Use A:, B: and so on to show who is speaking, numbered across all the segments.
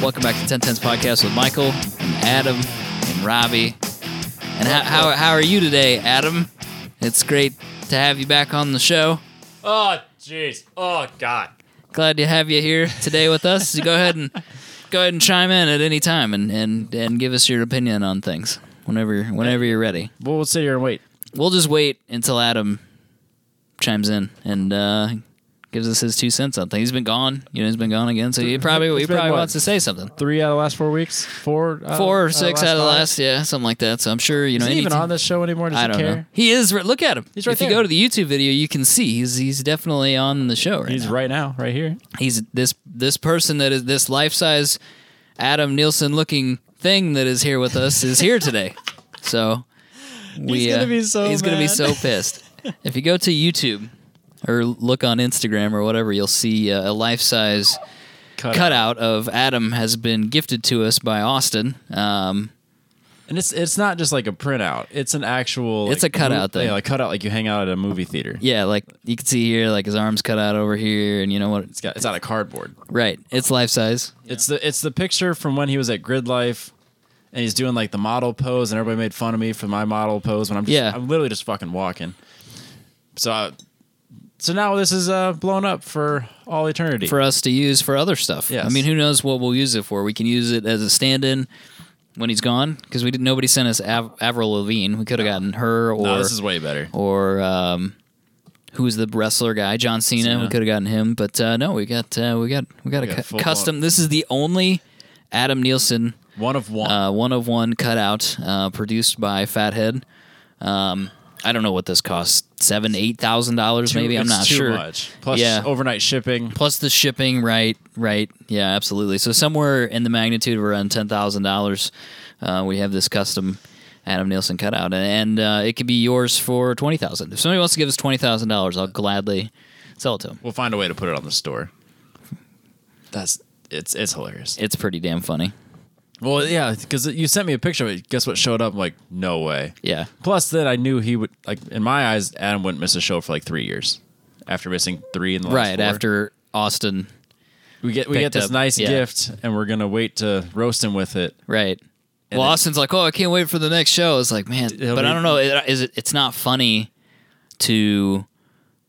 A: Welcome back to 1010's podcast with Michael and Adam and Robbie. And how, how, how are you today, Adam? It's great to have you back on the show.
B: Oh, jeez. Oh, God.
A: Glad to have you here today with us. So go ahead and go ahead and chime in at any time and, and, and give us your opinion on things whenever whenever you're ready.
B: Well, we'll sit here and wait.
A: We'll just wait until Adam chimes in and uh, gives us his two cents on things. He's been gone, you know, he's been gone again, so he probably he
B: It's been
A: probably
B: what?
A: wants to say something.
B: Three out of the last four weeks? Four? uh, Out
A: Four or
B: of,
A: six out of the last, yeah, something like that. So I'm sure you know.
B: Is he even
A: anything-
B: on this show anymore? Does
A: I
B: he
A: don't
B: care?
A: know. He is. right- Look at him.
B: He's right
A: if you
B: there.
A: go to the YouTube video, you can see he's he's definitely on the show right
B: He's
A: now.
B: right now, right here.
A: He's this this person that is this life size Adam Nielsen looking thing that is here with us is here today. So we, uh,
B: He's gonna be so
A: he's gonna be
B: mad.
A: so pissed. if you go to YouTube or look on Instagram or whatever, you'll see uh, a life size
B: Cut.
A: cutout of Adam has been gifted to us by Austin. Um,
B: And it's it's not just like a printout. It's an actual.
A: It's
B: like,
A: a cutout
B: mo-
A: thing.
B: Yeah, like cutout like you hang out at a movie theater.
A: yeah, like you can see here, like his arms cut out over here, and you know what?
B: It's got it's out of cardboard.
A: Right. It's life size.
B: It's the it's the picture from when he was at Grid Life, and he's doing like the model pose, and everybody made fun of me for my model pose when I'm just,
A: Yeah.
B: I'm literally just fucking walking. So, I, so now this is uh, blown up for all eternity.
A: For us to use for other stuff.
B: Yes.
A: I mean, who knows what we'll use it for? We can use it as a stand in when he's gone because we didn't, nobody sent us Av- Avril Lavigne. We could have gotten her or,
B: no, this is way better.
A: or, um, Who's the wrestler guy? John Cena. We
B: Cena.
A: could have gotten him, but uh, no, we got uh, we got we got a
B: got
A: cu-
B: full
A: custom.
B: blown-
A: This is the only Adam Nielsen
B: One of one.
A: uh, one of one cutout uh, produced by Fathead. Um, I don't know what this costs seven eight thousand dollars
B: Too-
A: maybe. I'm
B: it's
A: not
B: too
A: sure.
B: Much. Plus
A: Yeah.
B: overnight shipping.
A: plus the shipping right right yeah absolutely so somewhere in the magnitude of around $10000 uh, we have this custom adam nielsen cutout and, and uh, it could be yours for 20000 if somebody wants to give us $20000 i'll gladly sell it to them
B: We'll find a way to put it on the store. That's it's it's hilarious.
A: it's pretty damn funny
B: Well, yeah, because you sent me a picture of it. Guess what showed up? I'm like, no way.
A: yeah
B: Plus, then I knew he would like. In my eyes, Adam wouldn't miss a show for like three years. After missing three in the last
A: right
B: four.
A: after austin
B: we get we
A: picked
B: get this
A: up-
B: nice
A: yeah.
B: gift, and we're gonna wait to roast him with it.
A: right well
B: then-
A: austin's like oh i can't wait for the next show it's like man
B: It'll
A: but i
B: be-
A: don't know it- is it, it's not funny to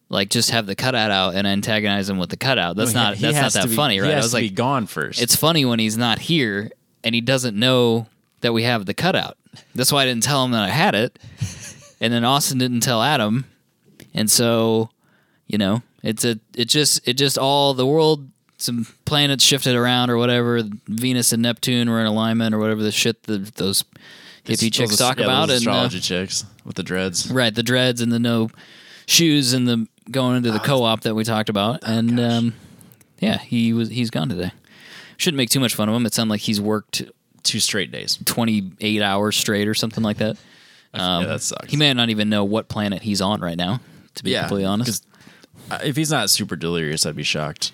A: like just have the cutout out and antagonize him with the cutout that's not
B: Oh, He
A: that's not
B: has to
A: that
B: be-
A: funny
B: he
A: right
B: has
A: i was
B: to
A: like
B: be gone first.
A: it's funny when he's not here and he doesn't know that we have the cutout. That's why I didn't tell him that I had it. And then Austin didn't tell Adam. And so, you know, it's a it just it just all the world some planets shifted around or whatever. Venus and Neptune were in alignment or whatever the shit that those hippie
B: Those
A: chicks
B: as-
A: talk
B: yeah, those
A: about and uh,
B: astrology chicks with the dreads.
A: right the dreads and the no shoes and the going into
B: Ah,
A: the co-op that we talked about
B: Oh,
A: and um, yeah he was he's gone today shouldn't make too much fun of him it sounded like he's worked
B: Two straight days.
A: 28 hours straight or something like that
B: yeah, that sucks.
A: Um, he may not even know what planet he's on right now to be completely honest
B: 'cause, uh, If he's not super delirious, I'd be shocked.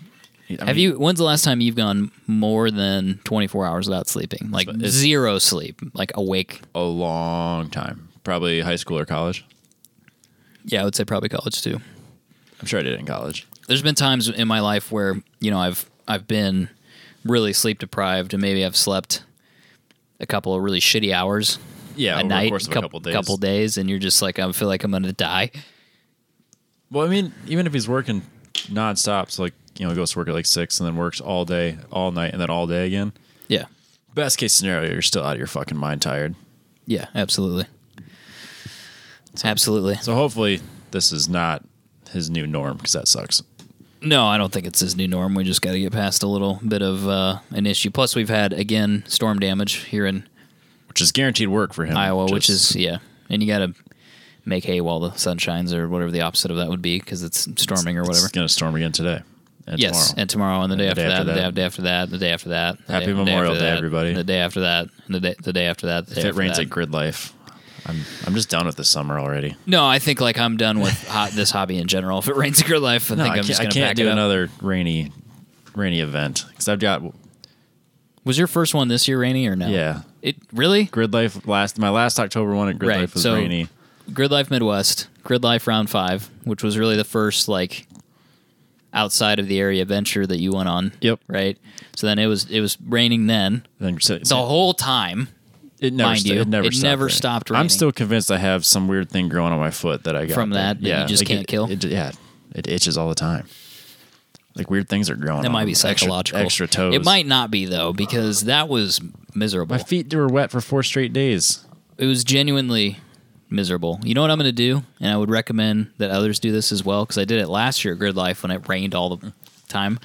B: I
A: have
B: mean,
A: you when's the last time you've gone more than 24 hours without sleeping like zero sleep like awake
B: a long time? Probably high school or college.
A: yeah i would say probably college too
B: I'm sure I did it in college.
A: there's been times in my life where you know I've I've been really sleep deprived and maybe I've slept a couple of really shitty hours
B: Yeah,
A: a
B: over
A: night,
B: the course of
A: coup-
B: a couple days.
A: couple days, and you're just like I feel like I'm gonna die.
B: Well, I mean, even if he's working nonstop, so like you know, he goes to work at like six and then works all day, all night, and then all day again.
A: Yeah,
B: Best case scenario, you're still out of your fucking mind, tired.
A: yeah, absolutely, absolutely.
B: So hopefully, this is not his new norm because that sucks.
A: No, I don't think it's his new norm. We just got to get past a little bit of uh, an issue. Plus, we've had again storm damage here in
B: Which is guaranteed work for him.
A: Iowa, which is yeah, and you got to make hay while the sun shines, or whatever the opposite of that would be, because it's storming or whatever.
B: It's gonna storm again today. And
A: Yes,
B: tomorrow.
A: and tomorrow and the day, after, that, and the day after that, and the day after that. the
B: Happy
A: day- the day
B: Memorial
A: after
B: Day,
A: that,
B: everybody.
A: and The day after that, and the day, the day after that. the day
B: if it
A: after
B: rains
A: that.
B: at Grid Life, I'm I'm just done with this summer already.
A: no, I think like I'm done with ho- this hobby in general. If it rains at your life, I
B: No, I
A: think I'm
B: can't,
A: just
B: I
A: gonna
B: can't
A: pack
B: do
A: it up.
B: another rainy rainy event because I've got
A: Was your first one this year rainy or no?
B: yeah.
A: It really
B: Grid Life last my last October one at Grid
A: Right,
B: Life was
A: so-
B: rainy.
A: Grid Life Midwest, Grid Life Round Five, which was really the first like outside of the area venture that you went on.
B: Yep.
A: Right. So then it was it was raining then
B: Then so,
A: the whole time.
B: it never,
A: mind
B: sto-
A: you,
B: it never,
A: it
B: stopped,
A: never
B: raining.
A: stopped
B: I'm
A: raining.
B: still convinced I have some weird thing growing on my foot that I got
A: From that, that you
B: yeah,
A: just
B: like,
A: can't
B: it-
A: kill?
B: It, yeah, it itches all the time. Like weird things are growing.
A: That
B: on
A: might be
B: them. Um, Extra-
A: psychological.
B: Extra, toes.
A: It might not be though because that was miserable.
B: My feet were wet for four straight days.
A: it was genuinely miserable. You know what I'm going to do, and I would recommend that others do this as well because I did it last year at Grid Life when it rained all the time.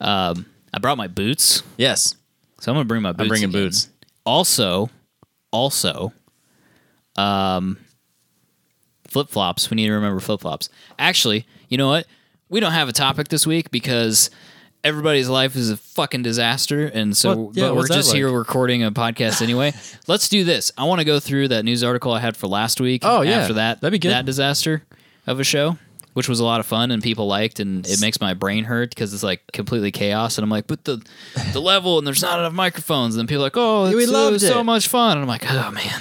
A: Um, I brought my boots,
B: Yes,
A: so I'm going to bring my boots.
B: I'm bringing
A: again.
B: boots.
A: Also, also, um, flip flops. We need to remember flip flops. Actually, you know what? We don't have a topic this week because everybody's life is a fucking disaster, and so
B: What? Yeah,
A: but we're
B: what's that
A: just
B: like?
A: here recording a podcast anyway. Let's do this. I want to go through that news article I had for last week.
B: Oh, yeah.
A: after that,
B: That'd be good.
A: That disaster of a show. Which was a lot of fun and people liked, and it makes my brain hurt because it's like completely chaos. And I'm like, but the the level and there's not enough microphones. And then people are like, oh,
B: We
A: it's so-
B: loved
A: so
B: it.
A: much fun. And I'm like, oh man,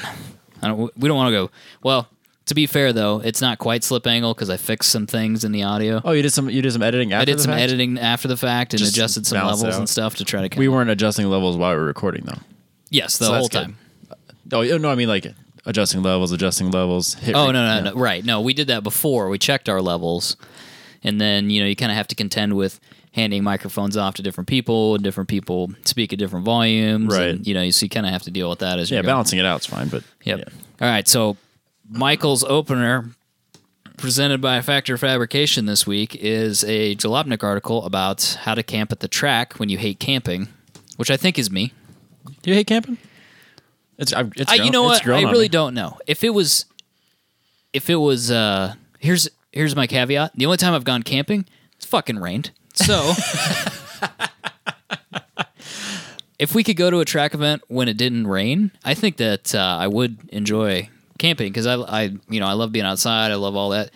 A: I don't, we don't want to go. Well, to be fair though, it's not quite slip angle because I fixed some things in the audio.
B: Oh, you did some. You did some editing. After
A: I did
B: the
A: some
B: fact?
A: editing after the fact and
B: Just
A: adjusted some
B: balance it
A: levels and
B: out.
A: stuff to try to. Kind
B: We weren't adjusting levels while we were recording, though.
A: yes, the
B: So that's
A: whole
B: good.
A: time.
B: Oh yeah, no, I mean like adjusting levels, adjusting levels. Hit
A: Oh
B: re-
A: no, no,
B: yeah.
A: no, right? No, we did that before. We checked our levels, and then you know you kind of have to contend with handing microphones off to different people, and different people speak at different volumes.
B: Right.
A: and, you know, so you kind of have to deal with that as
B: Yeah,
A: you go.
B: balancing it out's fine, but
A: Yep.
B: yeah.
A: All right. So Michael's opener, presented by Factor Fabrication this week, is a Jalopnik article about how to camp at the track when you hate camping, which I think is me.
B: Do you hate camping? It's I've, it's
A: I,
B: grown-
A: you know
B: it's
A: what? I
B: grown on
A: really
B: me.
A: don't know. If it was, if it was, uh, here's here's my caveat. The only time I've gone camping, it's fucking rained. So. If we could go to a track event when it didn't rain, I think that uh, I would enjoy camping because I, I, you know, I love being outside. I love all that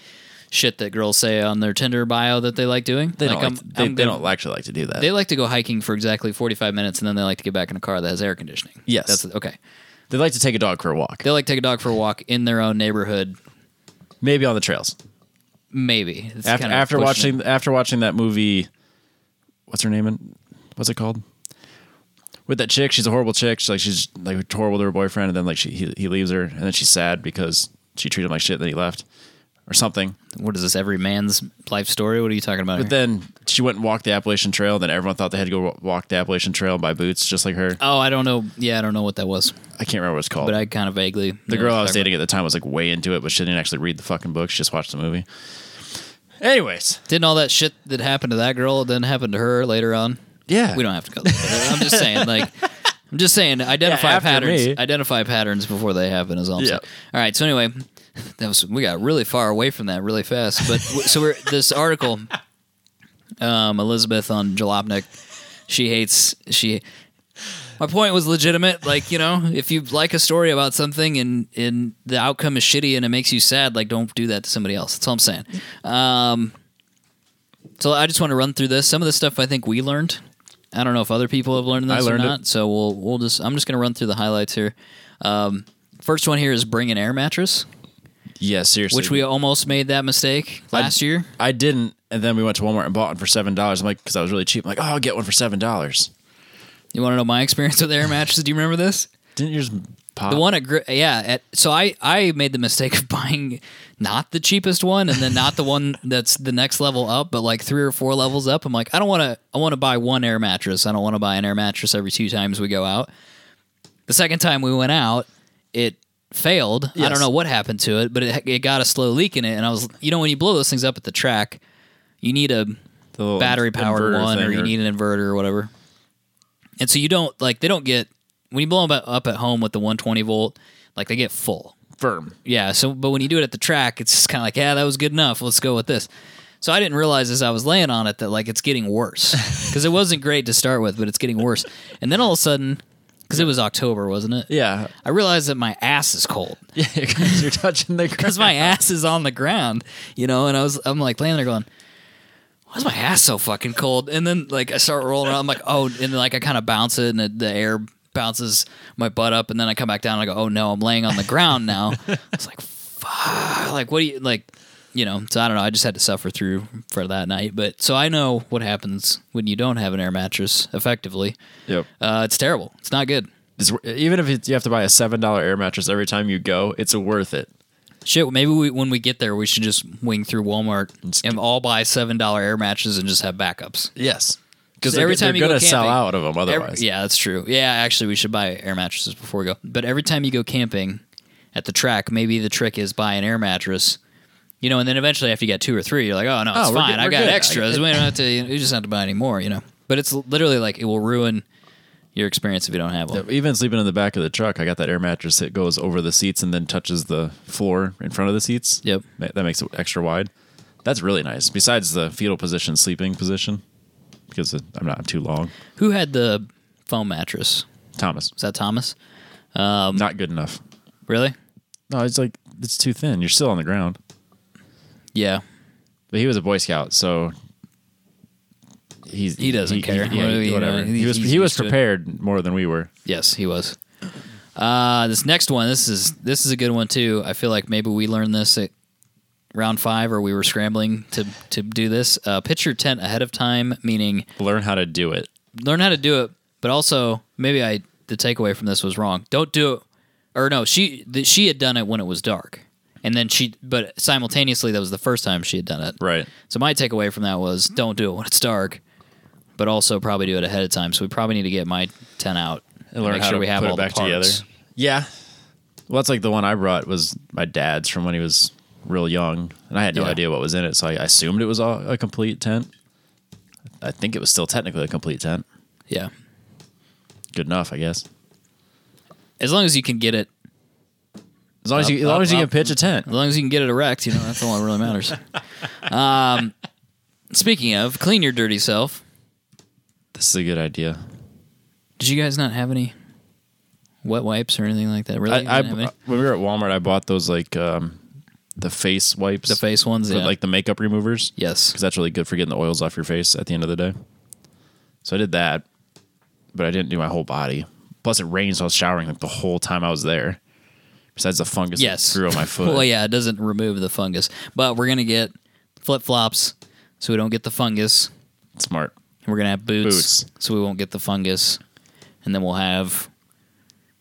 A: shit that girls say on their Tinder bio that they like doing.
B: They,
A: like,
B: don't, like,
A: I'm-
B: they,
A: I'm
B: they
A: gonna-
B: don't actually like to do that.
A: They like to go hiking for exactly forty-five minutes, and then they like to get back in a car that has air conditioning.
B: Yes.
A: that's okay.
B: They like to take a dog for a walk,
A: They like take a dog for a walk in their own neighborhood.
B: maybe on the trails.
A: Maybe It's
B: After
A: kind of
B: after
A: pushing
B: watching
A: it.
B: after watching that movie, what's her name? In, what's it called? With that chick, she's a horrible chick. She's like she's like horrible to her boyfriend, and then like she he, he leaves her, and then she's sad because she treated him like shit. Then he left, or something.
A: what is this? Every man's life story. What are you talking about?
B: But
A: here?
B: then she went and walked the Appalachian Trail. Then everyone thought they had to go wa- walk the Appalachian Trail and buy boots, just like her.
A: oh, I don't know. Yeah, I don't know what that was,
B: I can't remember what it's called.
A: but I kind of vaguely.
B: the girl I was dating at the time was like way into it, but she didn't actually read the fucking book. She just watched the movie. Anyways,
A: Didn't all that shit that happened to that girl then happen to her later on?
B: yeah,
A: We don't have to go. There. I'm just saying, like, I'm just saying, identify
B: Yeah, after
A: patterns.
B: me.
A: Identify patterns before they happen is all. I'm
B: Yeah.
A: saying. All right. So anyway, that was we got really far away from that really fast. But w- so we're this article, um, Elizabeth on Jalopnik, she hates she. My point was legitimate. Like you know, if you like a story about something and and the outcome is shitty and it makes you sad, like don't do that to somebody else. That's all I'm saying. Um, so I just want to run through this. Some of the stuff I think we learned. I don't know if other people have learned this
B: I learned
A: or not. So we'll we'll just I'm just gonna run through the highlights here. Um, first one here is bring an air mattress,
B: yeah, seriously.
A: which we almost made that mistake last year.
B: I didn't, and then we went to Walmart and bought one for seven dollars. I'm like, because I was really cheap. I'm like, oh, I'll get one for seven dollars.
A: You want to know my experience with air mattresses? Do you remember this?
B: Didn't yours pop?
A: The one at Gri- yeah. At, so I I made the mistake of buying not the cheapest one and then not the one that's the next level up, but like three or four levels up. I'm like, I don't want to. I want to buy one air mattress. I don't want to buy an air mattress every two times we go out. The second time we went out, it failed. I
B: Yes.
A: don't know what happened to it, but it it got a slow leak in it, and I was you know when you blow those things up at the track, you need a
B: The little
A: battery powered
B: inverter
A: one,
B: thing
A: or you need an inverter or whatever. And so you don't like they don't get when you blow them up at home with the 120 volt, like they get full.
B: firm.
A: Yeah. So, but when you do it at the track, it's just kind of like, yeah, that was good enough. Let's go with this. So I didn't realize as I was laying on it that like it's getting worse because it wasn't great to start with, but it's getting worse. And then all of a sudden, because it was October, wasn't it?
B: Yeah,
A: I realized that my ass is cold
B: yeah, because you're touching the ground.
A: because my ass is on the ground, you know, and I was I'm like laying there going, Why's my ass so fucking cold? And then like I start rolling around, I'm like, oh and like I kinda bounce it and it, the air bounces my butt up and then I come back down and I go, Oh no, I'm laying on the ground now. It's like fuck like what do you like you know, so I don't know. I just had to suffer through for that night. But so I know what happens when you don't have an air mattress effectively.
B: Yep.
A: Uh, it's terrible. It's not good.
B: It's, wor- even if it's, you have to buy a seven dollar air mattress every time you go, it's worth it.
A: Shit, maybe we, when we get there, we should just wing through Walmart and all buy $7 air mattresses and just have backups.
B: Yes. Because
A: every time you
B: they're
A: go
B: gonna sell
A: camping-
B: out of them
A: Every-
B: otherwise.
A: yeah, that's true. Yeah, actually, we should buy air mattresses before we go. But every time you go camping at the track, maybe the trick is buy an air mattress. You know, and then eventually after you get two or three, you're like, oh no, it's
B: we're
A: fine.
B: good-
A: I
B: we're
A: got
B: good. I
A: extras.
B: got-
A: we don't have to. You, know, you just don't have to buy any more. You know, but it's literally like it will ruin your experience if you don't have one.
B: Even sleeping in the back of the truck, I got that air mattress that goes over the seats and then touches the floor in front of the seats.
A: Yep.
B: Ma- That makes it extra wide. That's really nice. Besides the fetal position, sleeping position, because I'm not I'm too long.
A: Who had the foam mattress?
B: Thomas,
A: Was that Thomas?
B: not good enough.
A: Really?
B: Um, No, it's like it's too thin. You're still on the ground.
A: Yeah.
B: But he was a Boy Scout, so he's
A: He doesn't care.
B: yeah,
A: Well, you know,
B: whatever. he
A: he's-
B: was
A: he's
B: he was
A: used to it.
B: prepared more than we were.
A: Yes, he was. Uh, this next one, this is this is a good one too. I feel like maybe we learned this at round five, or we were scrambling to to do this. Uh, pitch your tent ahead of time, meaning
B: Learn how to do it.
A: learn how to do it, but also maybe I the takeaway from this was wrong. Don't do it, or no, she the, she had done it when it was dark, and then she, but simultaneously that was the first time she had done it.
B: Right.
A: So my takeaway from that
B: Mm-hmm.
A: was don't do it when it's dark, but also probably do it ahead of time. So we probably need to get my tent out
B: and learn
A: make
B: how
A: sure
B: to
A: we have
B: put
A: all
B: it
A: the
B: back
A: parts.
B: together. Yeah. Well, that's like the one I brought was my dad's from when he was real young, and I had no
A: Yeah.
B: idea what was in it, so I assumed it was all, a complete tent. I think it was still technically a complete tent.
A: Yeah.
B: Good enough, I guess.
A: As long as you can get it,
B: As long as you, as long
A: up,
B: as you
A: up.
B: can pitch a tent.
A: as long as you can get it erect, you know, that's all that really matters. Um, speaking of, clean your dirty self.
B: This is a good idea.
A: Did you guys not have any wet wipes or anything like that? Really? You
B: I, I
A: didn't have any?
B: when we were at Walmart, I bought those like um, the face wipes,
A: the face ones,
B: for,
A: yeah.
B: like the makeup removers. because
A: yes.
B: that's really good for getting the oils off your face at the end of the day. So I did that, but I didn't do my whole body. Plus, it rained, so I was showering like the whole time I was there. Besides the fungus
A: Yes.
B: that grew on my foot.
A: Well, yeah, it doesn't remove the fungus, but we're gonna get flip flops so we don't get the fungus.
B: Smart.
A: We're gonna have boots,
B: Boots.
A: so we won't get the fungus, and then we'll have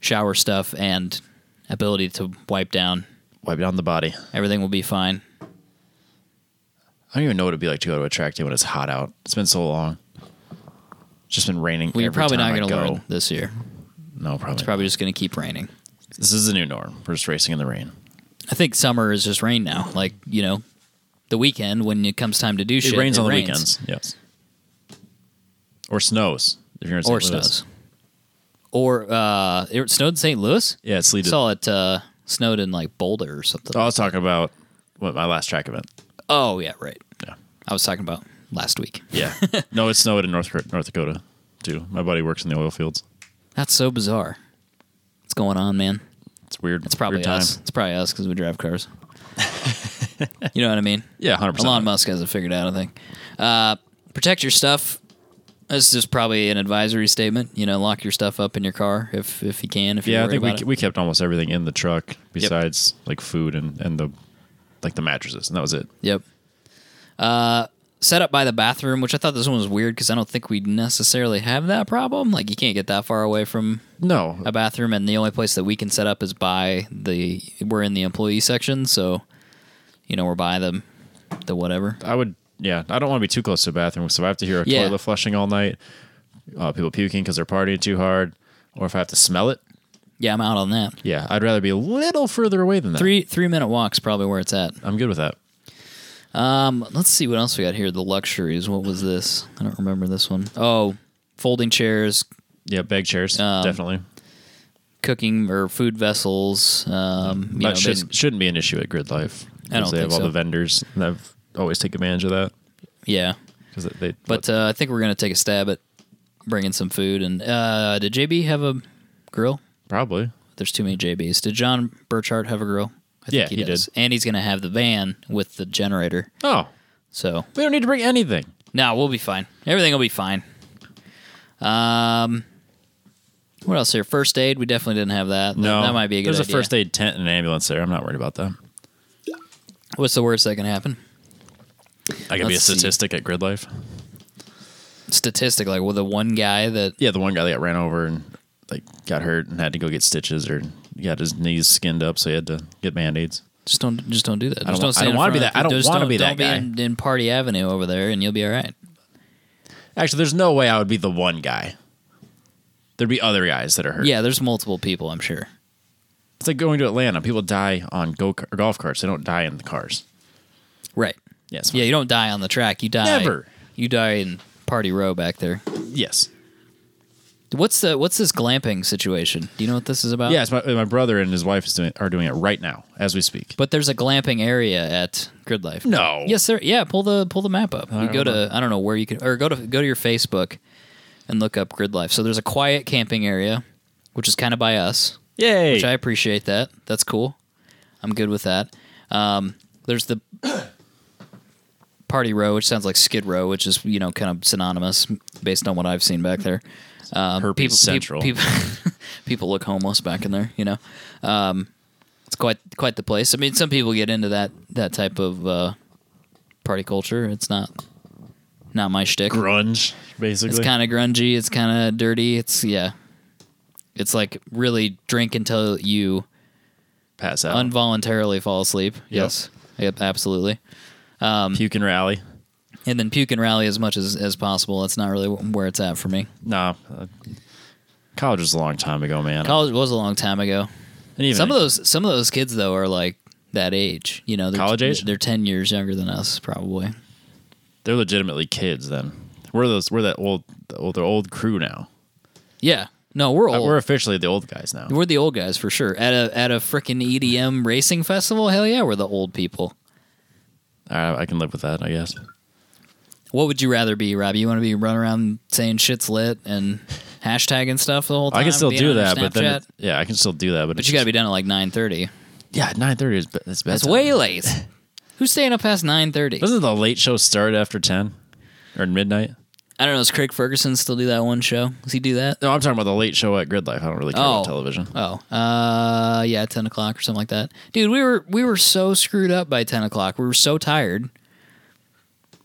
A: shower stuff and ability to wipe down.
B: Wipe down the body.
A: Everything will be fine.
B: I don't even know what it'd be like to go to a track day when it's hot out. It's been so long. It's just been raining.
A: Well, you're
B: every
A: probably not
B: time I
A: going to
B: go.
A: learn this year.
B: No, probably.
A: It's probably just going to keep raining.
B: This is the new norm. We're just racing in the rain.
A: I think summer is just rain now. Like you know, the weekend when it comes time to do
B: It
A: shit,
B: rains
A: it
B: on the weekends. Yes. Or snows. If you're in St.
A: or
B: Louis.
A: snows, or uh, it snowed in St. Louis.
B: Yeah, Oh. it's
A: I
B: sleeted.
A: saw it uh, snowed in like Boulder or something.
B: I was talking about what my last track event.
A: Oh yeah, right.
B: Yeah.
A: I was talking about last week.
B: Yeah. no, it snowed in North North Dakota too. My buddy works in the oil fields.
A: That's so bizarre. What's going on, man?
B: It's weird.
A: It's probably
B: weird time.
A: us. It's probably us because we drive cars. you know what I mean?
B: Yeah, hundred
A: Elon
B: percent.
A: Musk has it figured out, I think. Uh, protect your stuff. This is probably an advisory statement. You know, lock your stuff up in your car if if you can. If you're
B: Yeah, I
A: worried
B: think we
A: about it.
B: we kept almost everything in the truck besides like food and and the like the mattresses and that was it.
A: Yep. Uh, set up by the bathroom, which I thought this one was weird because I don't think we necessarily have that problem. Like you can't get that far away from
B: No,
A: a bathroom, and the only place that we can set up is by the we're in the employee section, so you know we're by the the whatever.
B: I would. Yeah, I don't want to be too close to the bathroom. So if I have to hear a
A: Yeah.
B: toilet flushing all night, uh, people puking because they're partying too hard, or if I have to smell it.
A: Yeah, I'm out on that.
B: Yeah, I'd rather be a little further away than that.
A: Three three minute walks probably where it's at.
B: I'm good with that.
A: Um, let's see what else we got here. The luxuries. What was this? I don't remember this one. Oh, folding chairs,
B: Yeah, bag chairs
A: Um,
B: definitely.
A: cooking or food vessels. Um, you know,
B: That shouldn't,
A: basic-
B: shouldn't be an issue at Grid Life.
A: I don't
B: 'cause they
A: think
B: have all
A: so.
B: the vendors, and I've always take advantage of that.
A: yeah.
B: because they.
A: But uh, I think we're gonna take a stab at bringing some food. And uh, did JB have a grill?
B: probably
A: There's too many JBs. Did John Burchard have a grill? I
B: Yeah, he did.
A: And he's gonna have the van with the generator.
B: oh,
A: So
B: we don't need to bring anything.
A: no, we'll be fine. Everything will be fine. Um, what else here? First aid. We definitely didn't have that. That-
B: No,
A: that might be a good.
B: There's
A: idea.
B: a first aid tent and an ambulance there. I'm not worried about that.
A: What's the worst that can happen?
B: I could be a
A: Let's see.
B: statistic at grid life.
A: Statistic, like with the one guy that
B: Yeah, the one guy that got ran over and like got hurt and had to go get stitches or got his knees skinned up, so he had to get band aids.
A: just don't just don't do that.
B: I
A: Just
B: don't-
A: don't
B: I don't wanna
A: want
B: be
A: to
B: that- I don't wanna be that guy.
A: in, in Party Avenue over there, and you'll be all right.
B: Actually, there's no way I would be the one guy. There'd be other guys that are hurt.
A: Yeah, there's multiple people, I'm sure.
B: it's like going to Atlanta. People die on go or golf carts. They don't die in the cars.
A: Right.
B: Yes.
A: Yeah, you don't die on the track. You die.
B: Never.
A: You die in Party Row back there.
B: Yes.
A: What's the What's this glamping situation? Do you know what this is about?
B: Yes. My, my brother and his wife is doing are doing it right now as we speak.
A: But there's a glamping area at Grid Life.
B: No.
A: Yes, sir. Yeah, pull the pull the map up. You
B: right,
A: go
B: hold
A: to I don't know where you can or go to go to your Facebook and look up Grid Life. So there's a quiet camping area, which is kind of by us,
B: Yay.
A: which I appreciate that. That's cool. I'm good with that. Um, there's the Party Row, which sounds like Skid Row, which is you know kind of synonymous based on what I've seen back there. Um,
B: Herpes
A: peop- peop-
B: Central.
A: People, people look homeless back in there. You know, um, it's quite quite the place. I mean, some people get into that that type of uh, party culture. It's not not my shtick.
B: Grunge, basically.
A: It's kind of grungy. It's kind of dirty. It's yeah. It's like really drink until you
B: pass out.
A: involuntarily fall asleep. Yes. Yep, absolutely. um,
B: Puke and rally.
A: And then puke and rally as much as, as possible. That's not really where it's at for me.
B: Nah. uh, college was a long time ago, man.
A: College was a long time ago.
B: and even
A: Some of those some of those kids though are like that age. You know, they're,
B: College age?
A: They're ten years younger than us, probably.
B: they're legitimately kids then. We're those. We're that old. The old, the old crew now.
A: Yeah. No, we're
B: Uh,
A: old.
B: We're
A: We're,
B: officially the old guys now.
A: the old guys for sure. At a at a freaking EDM racing festival, hell yeah, we're the old people.
B: I, I can live with that, I guess.
A: What would you rather be, Robbie? You want to be running around saying shit's lit and hashtagging stuff the whole time?
B: I can still
A: being
B: do
A: on your
B: that, but then
A: Snapchat?
B: it- yeah, I can still do that, but,
A: but you got to be done at like nine thirty.
B: yeah, nine thirty is be- that's
A: That's
B: bedtime.
A: way late. Who's staying up past nine thirty?
B: Doesn't the late show start after ten or midnight?
A: I don't know. Does Craig Ferguson still do that one show? Does he do that?
B: No, I'm talking about the late show at Grid Life. I don't really care
A: Oh.
B: about television.
A: Oh, uh, yeah, ten o'clock or something like that. Dude, we were we were so screwed up by ten o'clock. We were so tired.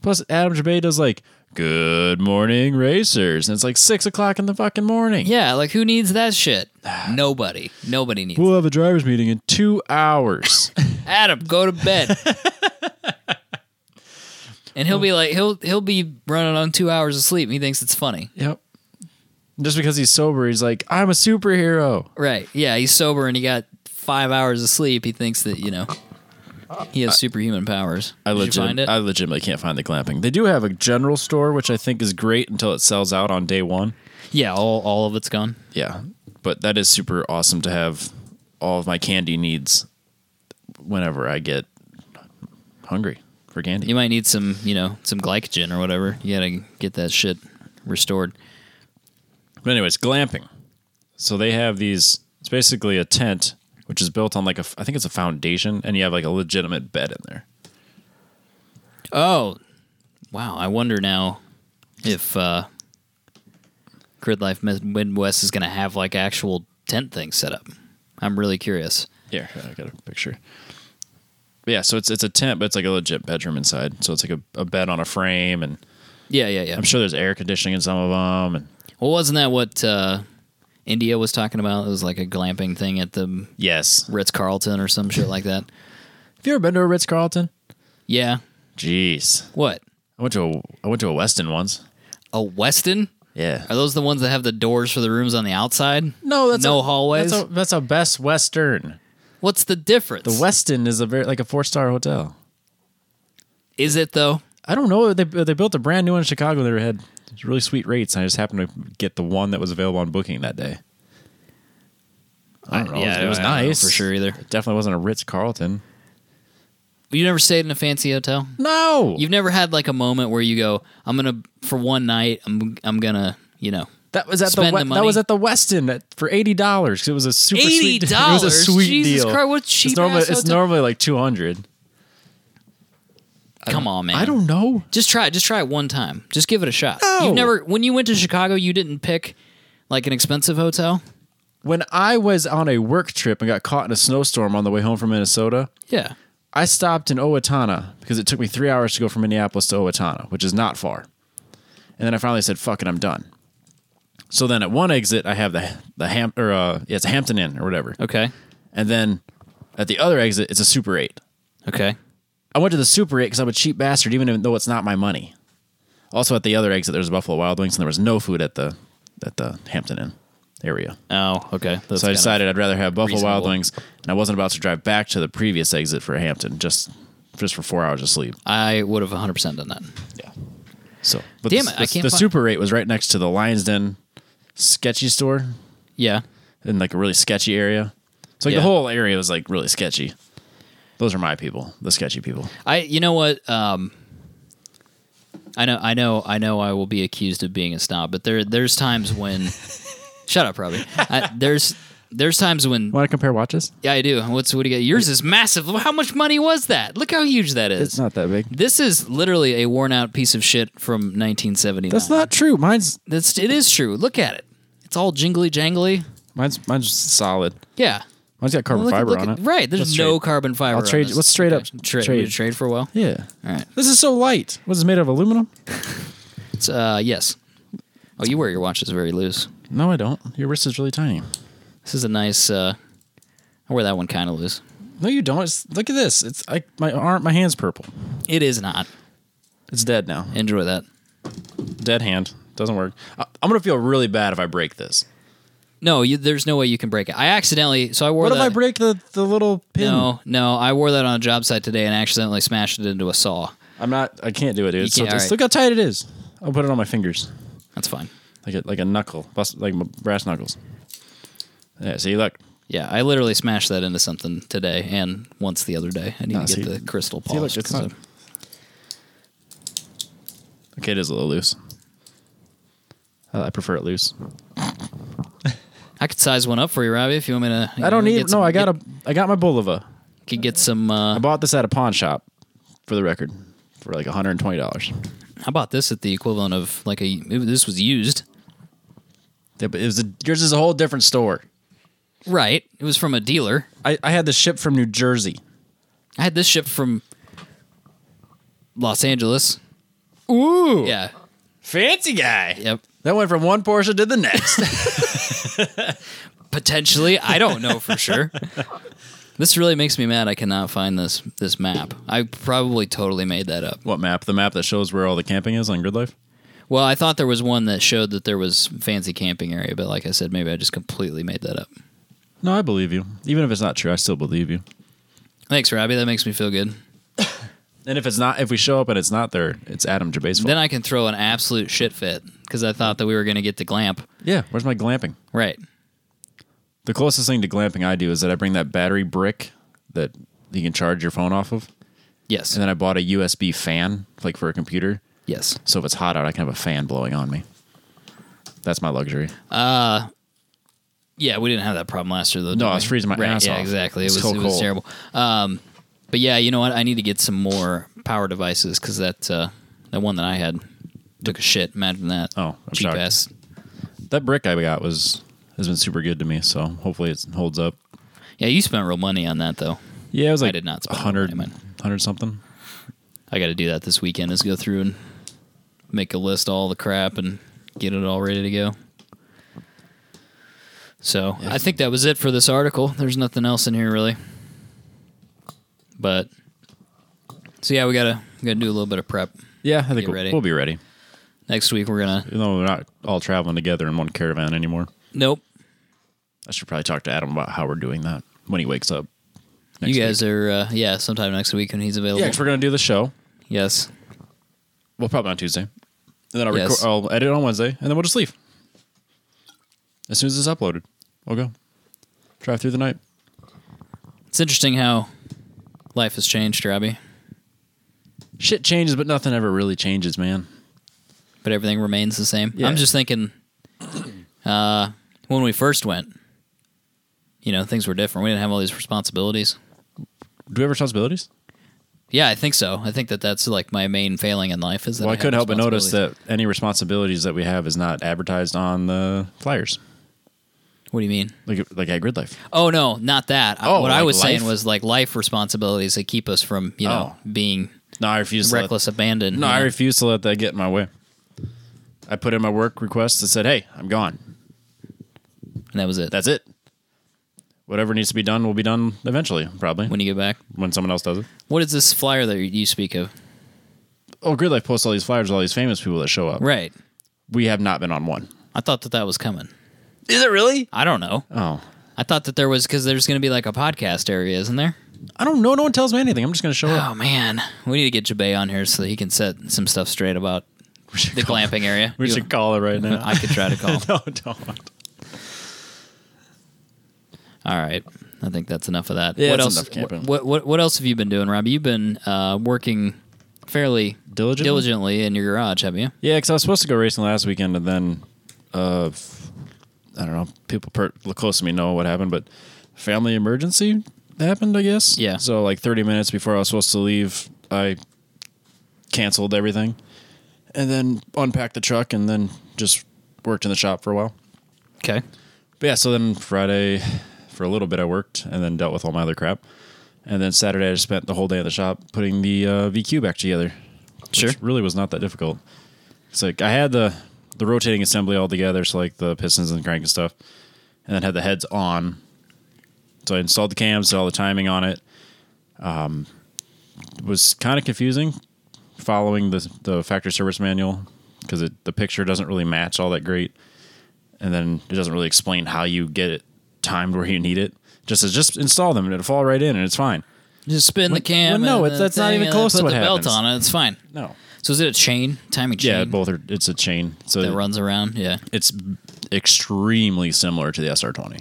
B: Plus, Adam Gervais does like "Good Morning Racers," and it's like six o'clock in the fucking morning.
A: Yeah, like who needs that shit? Nobody. Nobody needs.
B: We'll have a drivers meeting in two hours.
A: Adam, go to bed. and he'll be like, he'll he'll be running on two hours of sleep. And he thinks it's funny,
B: yep. Just because he's sober, he's like, "I'm a superhero."
A: right? Yeah, he's sober and he got five hours of sleep. He thinks that you know he has superhuman powers.
B: I
A: Did
B: legit,
A: you find it?
B: I legitimately can't find the glamping. They do have a general store, which I think is great until it sells out on day one.
A: yeah, all all of it's gone.
B: Yeah, but that is super awesome to have all of my candy needs whenever I get hungry for candy.
A: You might need some, you know, some glycogen or whatever. You gotta get that shit restored.
B: But anyways, glamping. So they have these. It's basically a tent which is built on like a. I think it's a foundation, and you have like a legitimate bed in there.
A: Oh, wow. I wonder now if uh, Grid Life Mis- Midwest is gonna have like actual tent things set up. I'm really curious.
B: Here, I got a picture. But yeah, so it's it's a tent, but it's like a legit bedroom inside. So it's like a, a bed on a frame, and
A: Yeah, yeah, yeah.
B: I'm sure there's air conditioning in some of them. And
A: Well, wasn't that what uh, India was talking about? It was like a glamping thing at the
B: yes,
A: Ritz Carlton or some shit like that.
B: have you ever been to a Ritz Carlton?
A: Yeah.
B: Jeez,
A: What?
B: I went to a I went to a Westin once.
A: A Weston?
B: Yeah,
A: Are those the ones that have the doors for the rooms on the outside?
B: No, that's
A: No
B: a,
A: hallways?
B: That's a, that's a Best Western.
A: What's the difference?
B: The Westin is a very like a four star hotel.
A: is it though?
B: I don't know. They they built a brand new one in Chicago that had really sweet rates. And I just happened to get the one that was available on booking that day. I don't know.
A: yeah,
B: it was
A: I don't know
B: nice
A: for sure either.
B: It definitely wasn't a Ritz Carlton.
A: You never stayed in a fancy hotel?
B: No,
A: You've never had like a moment where you go, I'm gonna for one night, I'm I'm gonna, you know,
B: that was at the,
A: spend
B: West
A: the
B: that
A: money.
B: was at the Westin at, for eighty dollars because it was a super
A: eighty
B: sweet. It was a
A: dollars.
B: sweet
A: Jesus
B: deal.
A: Christ, what
B: it's
A: cheap
B: normally
A: ass
B: it's
A: hotel-
B: normally like two hundred.
A: Come on, man.
B: I don't know.
A: just try. it. Just try it one time. Just give it a shot.
B: No.
A: You've never. When you went to Chicago, you didn't pick like an expensive hotel.
B: When I was on a work trip and got caught in a snowstorm on the way home from Minnesota,
A: Yeah.
B: I stopped in Owatonna because it took me three hours to go from Minneapolis to Owatonna, which is not far. And then I finally said, "Fuck it, I'm done." So then at one exit, I have the the Ham or uh, yeah, it's a Hampton Inn or whatever,
A: Okay.
B: and then at the other exit, it's a Super Eight.
A: Okay.
B: I went to the Super 8 because I'm a cheap bastard, even though it's not my money. Also, at the other exit, there's Buffalo Wild Wings, and there was no food at the at the Hampton Inn area.
A: Oh, okay. That's
B: so I
A: kind of-
B: decided I'd rather have Buffalo Wild
A: reasonable.
B: Wings, and I wasn't about to drive back to the previous exit for Hampton just just for four hours of sleep.
A: I would have 100% done that.
B: Yeah. So, but
A: Damn
B: the,
A: it, I can't
B: the
A: find-
B: Super 8 was right next to the Lions Den sketchy store
A: Yeah.
B: in like a really sketchy area. So like
A: Yeah.
B: the whole area was like really sketchy. Those are my people, the sketchy people.
A: I you know what um I know I know I know I will be accused of being a snob, but there there's times when shut up, Robbie. I, there's there's times when
B: Want to compare watches?
A: yeah I do. What's what do you got? Yours is massive. How much money was that? Look how huge that is.
B: It's not that big.
A: this is literally a worn out piece of shit from 1979.
B: That's not true. Mine's
A: That's it is true. Look at it. It's all jingly jangly.
B: Mine's mine's solid.
A: Yeah.
B: Mine's got carbon
A: Look at-
B: fiber
A: look
B: on
A: at-
B: it.
A: Right. There's
B: Let's
A: no
B: trade.
A: carbon fiber.
B: I'll
A: on
B: trade-
A: this.
B: let's trade up.
A: Tra-
B: Trade.
A: trade. Trade for a while.
B: Yeah.
A: All right.
B: This is so light. Was it made of aluminum?
A: It's, uh, yes. Oh, you wear your watches very loose.
B: No, I don't. Your wrist is really tiny.
A: This is a nice. Uh, I wear that one kind of loose.
B: No, you don't. It's, look at this. It's like my arm, my hand's purple.
A: It is not.
B: It's dead now.
A: Enjoy that.
B: Dead hand. Doesn't work. I, I'm gonna feel really bad if I break this.
A: No, you, there's no way you can break it. I accidentally. So I wore
B: What
A: that.
B: if I break the the little pin?
A: No, no. I wore that on a job site today and accidentally smashed it into a saw.
B: I'm not. I can't do it, dude. It's so
A: can't- all
B: just,
A: right.
B: Look how tight it is. I'll put it on my fingers,
A: That's fine.
B: like a, like a knuckle, bust, like my brass knuckles. Yeah. See, look.
A: Yeah, I literally smashed that into something today and once the other day. I need
B: Ah,
A: to get
B: see-
A: the crystal
B: See,
A: polished.
B: look. It's
A: 'cause
B: not.
A: I-
B: Okay, it is a little loose. I I prefer it loose.
A: I could size one up for you, Robbie, if you want me to. you
B: I don't
A: know,
B: need
A: get some-
B: no. I got
A: get-
B: a. I got my Bulova.
A: Could get some. Uh,
B: I bought this at a pawn shop, for the record, for like one hundred and twenty dollars.
A: I bought this at the equivalent of like a. it- This was used.
B: Yeah, but it was a, yours is a whole different store.
A: Right. It was from a dealer.
B: I, I had this shipped from New Jersey.
A: I had this shipped from Los Angeles.
B: Ooh,
A: Yeah.
B: fancy guy.
A: Yep.
B: That went from one Porsche to the next.
A: Potentially, I don't know for sure. This really makes me mad. I cannot find this this map. I probably totally made that up.
B: what map? The map that shows where all the camping is on Grid Life.
A: Well, I thought there was one that showed that there was fancy camping area, but like I said, maybe I just completely made that up.
B: No, I believe you. Even if it's not true, I still believe you.
A: Thanks, Robbie. That makes me feel good.
B: And if it's not, if we show up and it's not there, it's Adam Gervais' fault.
A: Then I can throw an absolute shit fit because I thought that we were going to get to glamp.
B: yeah, where's my glamping?
A: Right.
B: The closest thing to glamping I do is that I bring that battery brick that you can charge your phone off of.
A: Yes.
B: And then I bought a USB fan, like for a computer.
A: Yes.
B: So if it's hot out, I can have a fan blowing on me. That's my luxury.
A: Yeah, we didn't have that problem last year though.
B: No,
A: did
B: I was
A: we?
B: freezing my
A: right,
B: ass
A: yeah,
B: off.
A: exactly. It
B: It's
A: was
B: so
A: it was
B: cold.
A: terrible. Um, but yeah, you know what? I need to get some more power devices because that uh, that one that I had took a shit. Imagine that.
B: Oh, I'm
A: cheap
B: shocked.
A: ass.
B: That brick I got was has been super good to me, so hopefully it holds up.
A: Yeah, you spent real money on that though.
B: Yeah, it was like
A: did not spend
B: 100,
A: money, man.
B: 100 something.
A: I got to do that this weekend. Is go through and make a list of all the crap and get it all ready to go. So I think that was it for this article. There's nothing else in here really. But so yeah, we gotta we gotta do a little bit of prep.
B: Yeah, I think
A: Get
B: we'll,
A: ready.
B: we'll be ready.
A: Next week we're gonna
B: Even though we're not all traveling together in one caravan anymore.
A: nope.
B: I should probably talk to Adam about how we're doing that when he wakes up. next
A: you guys are uh, yeah sometime next week when he's
B: week. yeah,
A: available.
B: 'cause we're gonna do the show.
A: yes.
B: Well, probably on Tuesday. And then I'll,
A: Yes.
B: record, I'll edit on Wednesday, and then we'll just leave. As soon as it's uploaded, we'll go drive through the night.
A: It's interesting how life has changed, Robbie,
B: Shit changes, but nothing ever really changes, man.
A: but everything remains the same.
B: Yeah.
A: I'm just thinking uh, when we first went, you know, things were different. We didn't have all these responsibilities.
B: Do we have responsibilities?
A: Yeah, I think so. I think that that's like my main failing in life is that
B: Well, I
A: have
B: couldn't help but notice
A: responsibilities.
B: that any responsibilities that we have is not advertised on the flyers.
A: What do you mean?
B: Like like at grid life.
A: Oh no, not that. I-
B: Oh,
A: what I
B: like
A: was saying
B: life?
A: was like life responsibilities that keep us from you know being
B: No, I refuse. to let-
A: reckless abandon.
B: no,
A: you
B: I
A: know?
B: refuse to let that get in my way. I put in my work request that said, "Hey, I'm gone.
A: and that was it.
B: That's it. Whatever needs to be done will be done eventually, probably when,
A: when you get back.
B: someone else does it."
A: What is this flyer that you speak of?
B: Oh, grid life posts all these flyers, all these famous people that show up.
A: Right.
B: We have not been on one.
A: I thought that that was coming.
B: Is it really?
A: I don't know.
B: Oh,
A: I thought that there was because there's going to be like a podcast area, isn't there?
B: I don't know. No one tells me anything. I'm just going to show up.
A: Oh man, we need to get Jabay on here so that he can set some stuff straight about the glamping area.
B: We
A: You-
B: should call it right now.
A: I could try to call.
B: no, don't.
A: All right. I think that's enough of that.
B: Yeah,
A: what
B: that's
A: else?
B: enough camping.
A: What, what what else have you been doing, Rob? You've been uh, working fairly
B: Diligently?
A: diligently in your garage, have you?
B: Yeah, because I was supposed to go racing last weekend, and then, uh, f- I don't know. People per- close to me know what happened, but family emergency happened, I guess.
A: Yeah.
B: So like 30 minutes before I was supposed to leave, I canceled everything, and then unpacked the truck, and then just worked in the shop for a while.
A: Okay.
B: But yeah, so then Friday, for a little bit, I worked and then dealt with all my other crap. And then Saturday, I just spent the whole day at the shop putting the uh, VQ back together. which
A: Sure.
B: really was not that difficult. It's like I had the the rotating assembly all together, so like the pistons and crank and stuff, and then had the heads on. So I installed the cams, did all the timing on it. Um, it was kind of confusing following the the factory service manual because the picture doesn't really match all that great and then it doesn't really explain how you get it timed where you need it. Just says just install them and it'll fall right in and it's fine.
A: Just spin the cam.
B: well, no,
A: and
B: it's-
A: the
B: that's not
A: thing,
B: even
A: and then
B: close to
A: put
B: what
A: the belt
B: happens.
A: on it. It's fine.
B: No.
A: So is it a chain timing chain
B: Yeah, both are. It's a chain, so
A: that
B: it-
A: runs around? Yeah,
B: it's extremely similar to the SR20.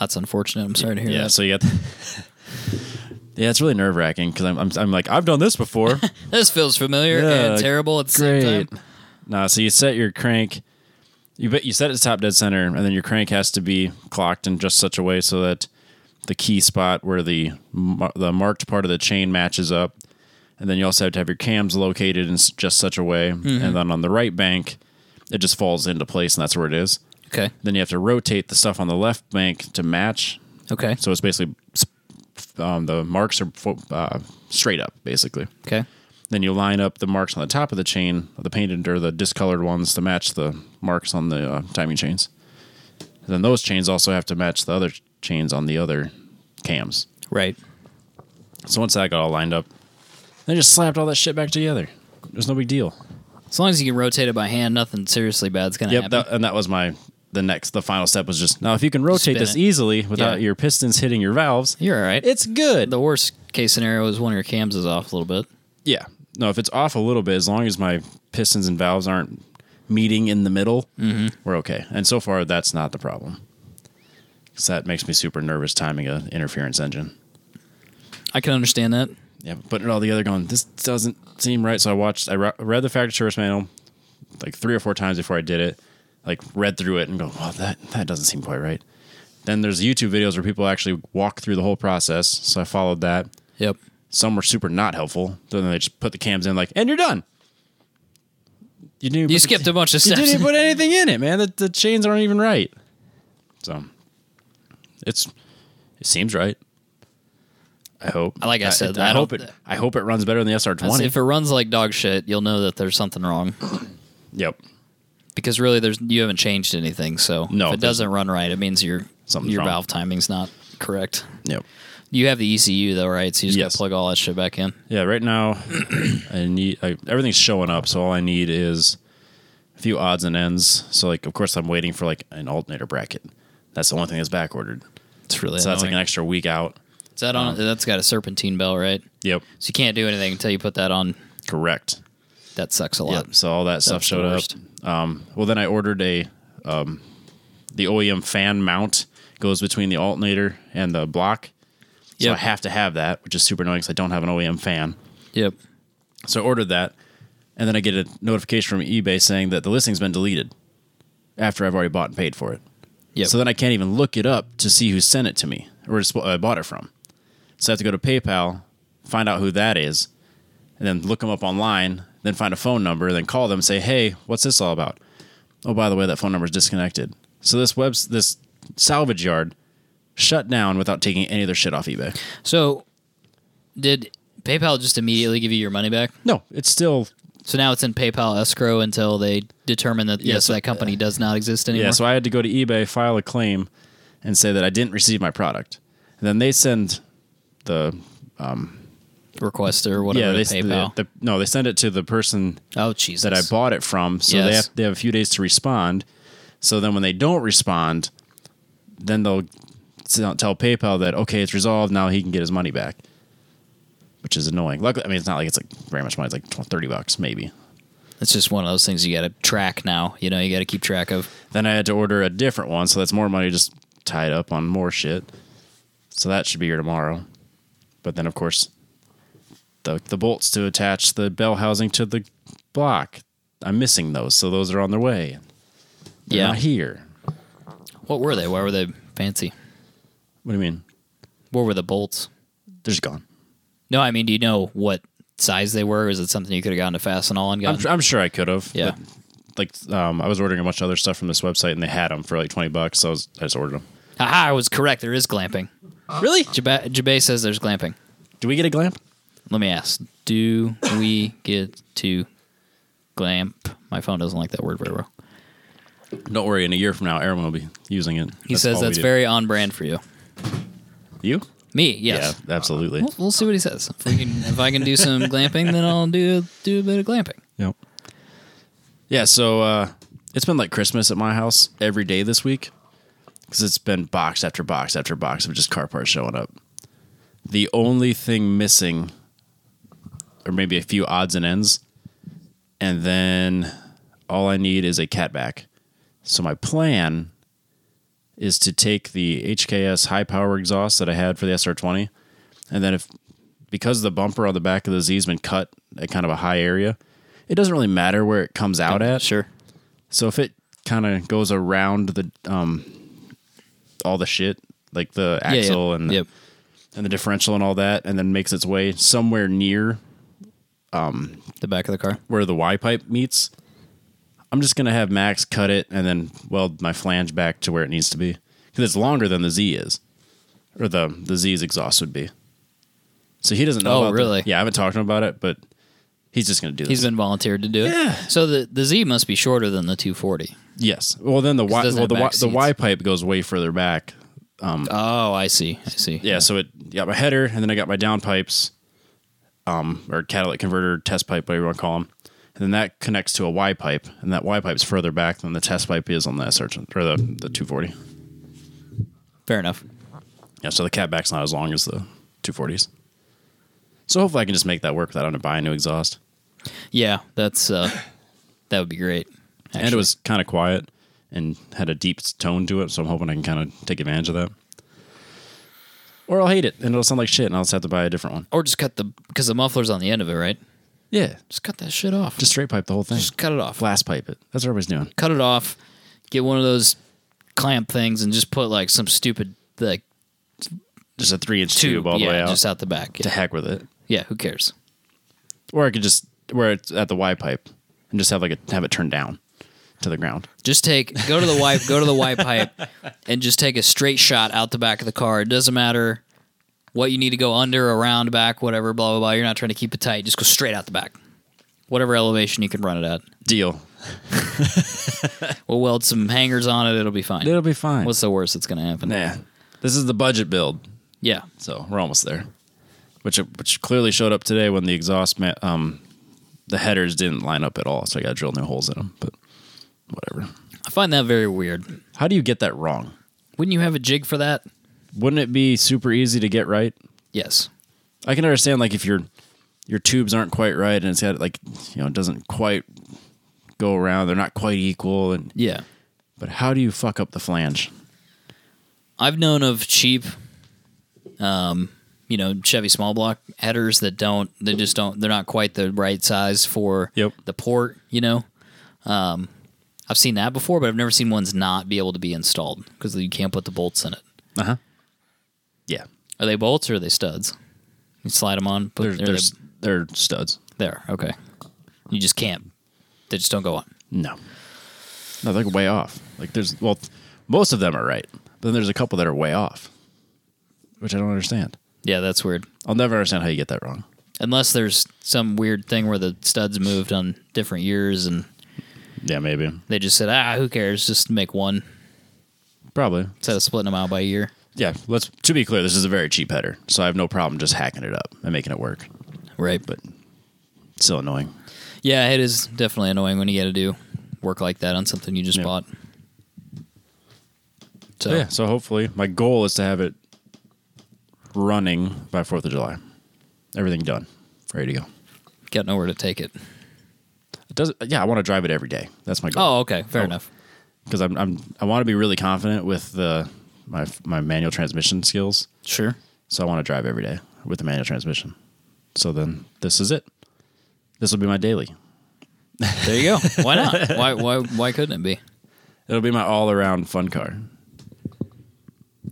A: that's unfortunate. I'm sorry to hear
B: Yeah,
A: that.
B: so you got. yeah, it's really nerve wracking because I'm, I'm I'm like I've done this before.
A: This feels familiar
B: Yeah,
A: and terrible at the same
B: Great.
A: time.
B: Nah, so you set your crank. You bet you set it to top dead center, and then your crank has to be clocked in just such a way so that the key spot where the mar- the marked part of the chain matches up, and then you also have to have your cams located in s- just such a way,
A: Mm-hmm.
B: and then on the right bank, it just falls into place, and that's where it is.
A: Okay.
B: Then you have to rotate the stuff on the left bank to match,
A: Okay.
B: so it's basically s- um, the marks are fo- uh, straight up, basically.
A: Okay.
B: Then you line up the marks on the top of the chain, the painted or the discolored ones, to match the marks on the uh, timing chains. And then those chains also have to match the other chains on the other cams.
A: Right.
B: So once that got all lined up, they just slapped all that shit back together. It was no big deal.
A: As long as you can rotate it by hand, nothing seriously bad's gonna
B: Yep.
A: happen.
B: That, and that was my the next the final step was just now if you can rotate
A: Spin
B: this
A: it.
B: easily without
A: Yeah.
B: your pistons hitting your valves,
A: You're all right.
B: it's good.
A: the worst case scenario is one of your cams is off a little bit.
B: Yeah. No, if it's off a little bit, as long as my pistons and valves aren't meeting in the middle, we're okay. And so far, that's not the problem. Because that makes me super nervous timing a interference engine.
A: I can understand that.
B: Yeah, but putting it all together, going, this doesn't seem right. So I watched, I re- read the factory service manual like three or four times before I did it. Like read through it and go, well, that that doesn't seem quite right. Then there's YouTube videos where people actually walk through the whole process. So I followed that.
A: Yep.
B: Some were super not helpful. Then they just put the cams in, like, and you're done. You didn't. even
A: You
B: put the-
A: skipped a bunch of
B: you
A: steps.
B: didn't even put anything in it, man. The, the chains aren't even right. So it's it seems right. I hope.
A: Like I said,
B: I,
A: I
B: hope
A: don't-
B: it. I hope it runs better than the
A: That's-
B: SR20.
A: if it runs like dog shit, you'll know that there's something wrong
B: yep.
A: because really there's you haven't changed anything. So
B: No,
A: if it
B: there's-
A: doesn't run right, it means your
B: Something's
A: your
B: wrong.
A: valve timing's not correct.
B: Yep.
A: You have the ECU though, right? So you just
B: Yes.
A: gotta plug all that shit back in.
B: Yeah. Right now, I need I, everything's showing up. So all I need is a few odds and ends. So like, of course, I'm waiting for like an alternator bracket. That's the only thing that's back ordered.
A: It's really
B: So that's like an
A: annoying.
B: extra week out.
A: Is that
B: Uh-huh.
A: on? that's got a serpentine bell, right?
B: Yep.
A: So you can't do anything until you put that on.
B: Correct.
A: That sucks a lot.
B: Yep. So all that stuff
A: That's the
B: showed up.
A: worst.
B: Um, well, then I ordered a um, the OEM fan mount goes between the alternator and the block. So
A: Yep.
B: I have to have that, which is super annoying because I don't have an OEM fan.
A: Yep.
B: So I ordered that, and then I get a notification from eBay saying that the listing's been deleted after I've already bought and paid for it.
A: Yep.
B: So then I can't even look it up to see who sent it to me or just, uh, bought it from. So I have to go to PayPal, find out who that is, and then look them up online, then find a phone number, then call them and say, "Hey, what's this all about?" Oh, by the way, that phone number is disconnected. So this webs this salvage yard shut down without taking any of their shit off eBay.
A: So, did PayPal just immediately give you your money back?
B: No, it's still
A: So now it's in PayPal escrow until they determine that yes,
B: so- uh,
A: that company does not exist anymore.
B: Yeah, so I had to go to eBay, file a claim, and say that I didn't receive my product. And then they send the
A: Request or whatever
B: yeah they
A: to PayPal.
B: The, the, no they send it to the person
A: oh Jesus!
B: that I bought it from. So they
A: Yes.
B: have they have a few days to respond. So then when they don't respond, then they'll tell tell PayPal that okay it's resolved now he can get his money back, which is annoying. Luckily, I mean it's not like it's like very much money. It's like 12, thirty bucks maybe.
A: It's just one of those things you got to track now. You know, you got to keep track of.
B: Then I had to order a different one, so that's more money just tied up on more shit. So that should be here tomorrow. But then of course the the bolts to attach the bell housing to the block. I'm missing those, so those are on their way. They're
A: Yeah.
B: not here.
A: What were they? Why were they fancy?
B: What do you mean?
A: What were the bolts?
B: They're just gone.
A: No, I mean, do you know what size they were? Is it something you could have gone to Fastenal and
B: I'm,
A: gotten?
B: I'm sure I could have.
A: Yeah.
B: but, like um, I was ordering a bunch of other stuff from this website, and they had them for like twenty bucks. So I, was, I just ordered them.
A: Haha, I was correct. There is glamping. Really? Jabay, Jabay says there's glamping.
B: Do we get a glamp?
A: Let me ask. Do we get to glamp? My phone doesn't like that word very well.
B: Don't worry. In a year from now, everyone will be using it.
A: He says
B: all we
A: that's
B: do.
A: very on brand for you.
B: you.
A: Me, yes.
B: Yeah, absolutely.
A: We'll, we'll see what he says. If, we can, if I can do some glamping, then I'll do do a bit of glamping.
B: Yep. Yeah, so uh, it's been like Christmas at my house every day this week because it's been box after box after box of just car parts showing up. The only thing missing, or maybe a few odds and ends, and then all I need is a catback. So my plan is to take the HKS high power exhaust that I had for the SR20, and then if because the bumper on the back of the Z's been cut at kind of a high area, it doesn't really matter where it comes out at.
A: Sure.
B: So if it kind of goes around the um, all the shit like the
A: Yeah, yeah.
B: axle and the,
A: yep.
B: and the differential and all that, and then makes its way somewhere near
A: the back of the car.
B: where the Y pipe meets, I'm just gonna have Max cut it and then weld my flange back to where it needs to be because it's longer than the Z is, or the the Z's exhaust would be. So he doesn't know.
A: Oh,
B: about the-
A: really?
B: yeah, I haven't talked to him about it, but he's just gonna do this.
A: He's been volunteered to do it.
B: Yeah.
A: So the the Z must be shorter than the 240.
B: yes. Well, then the Y,
A: doesn't
B: well
A: have
B: the y,
A: back
B: the
A: seats.
B: Y pipe goes way further back.
A: Oh, I see. I see.
B: Yeah, so it got my header, and then I got my down pipes, um, or catalytic converter test pipe, whatever you want to call them. And then that connects to a Y pipe, and that Y pipe's further back than the test pipe is on the SR or the, the 240.
A: Fair enough.
B: Yeah, so the catback's not as long as the 240s. So hopefully I can just make that work without having to buy a new exhaust.
A: Yeah, that's uh, that would be great.
B: And it
A: actually.
B: was kind of quiet and had a deep tone to it, so I'm hoping I can kind of take advantage of that. Or I'll hate it and it'll sound like shit, and I'll just have to buy a different one.
A: or just cut the because the muffler's on the end of it, right?
B: Yeah,
A: Just cut that shit off.
B: just straight pipe the whole thing.
A: just cut it off.
B: Blast pipe it. That's what everybody's doing.
A: Cut it off. Get one of those clamp things and just put like some stupid like
B: just a three inch
A: tube,
B: tube, all the
A: yeah,
B: way out.
A: just out the back.
B: to
A: Yeah.
B: heck with it.
A: Yeah, who cares?
B: Or I could just where it's at the Y pipe and just have like a have it turned down to the ground.
A: Just take go to the wipe go to the wipe pipe and just take a straight shot out the back of the car. It doesn't matter what you need to go under, around, back, whatever, blah blah blah. You're not trying to keep it tight. Just go straight out the back. Whatever elevation you can run it at.
B: Deal.
A: We'll weld some hangers on it, it'll be fine.
B: It'll be fine.
A: What's the worst that's gonna happen?
B: nah. This is the budget build,
A: Yeah.
B: so we're almost there. Which uh, which clearly showed up today when the exhaust ma- um the headers didn't line up at all, so I got to drill new holes in them. But whatever.
A: I find that very weird.
B: How do you get that wrong?
A: Wouldn't you have a jig for that?
B: Wouldn't it be super easy to get right?
A: Yes.
B: I can understand like if your your tubes aren't quite right and it's got like you know it doesn't quite go around. They're not quite equal, and
A: Yeah.
B: but how do you fuck up the flange?
A: I've known of cheap, um, you know, Chevy small block headers that don't, they just don't, they're not quite the right size for
B: Yep.
A: the port, you know. Um, I've seen that before, but I've never seen ones not be able to be installed because you can't put the bolts in it.
B: Uh huh. Yeah,
A: Are they bolts or are they studs? You slide them on, put
B: they're
A: they're-
B: they're, s- they're studs.
A: there. Okay. You just can't. They just don't go on.
B: No, no, they're way off. Like there's well, most of them are right, but Then there's a couple that are way off, which I don't understand.
A: Yeah, that's weird.
B: I'll never understand how you get that wrong.
A: Unless there's some weird thing where the studs moved on different years and
B: Yeah, maybe.
A: they just said, ah, who cares? Just make one
B: Probably.
A: instead of splitting them out by year.
B: Yeah, let's to be clear, this is a very cheap header, so I have no problem just hacking it up and making it work.
A: Right.
B: But it's still annoying.
A: Yeah, it is definitely annoying when you got to do work like that on something you just
B: Yeah.
A: bought. So,
B: yeah, so hopefully my goal is to have it running by 4th of July. Everything done, ready to go.
A: got nowhere to take it.
B: It does yeah, I want to drive it every day. That's my goal.
A: Oh, okay. Fair enough.
B: Cuz I'm I'm I want to be really confident with the my my manual transmission skills.
A: Sure.
B: So I want to drive every day with the manual transmission. So then this is it. This will be my daily.
A: There you go. Why not? why why why couldn't it be?
B: It'll be my all-around fun car.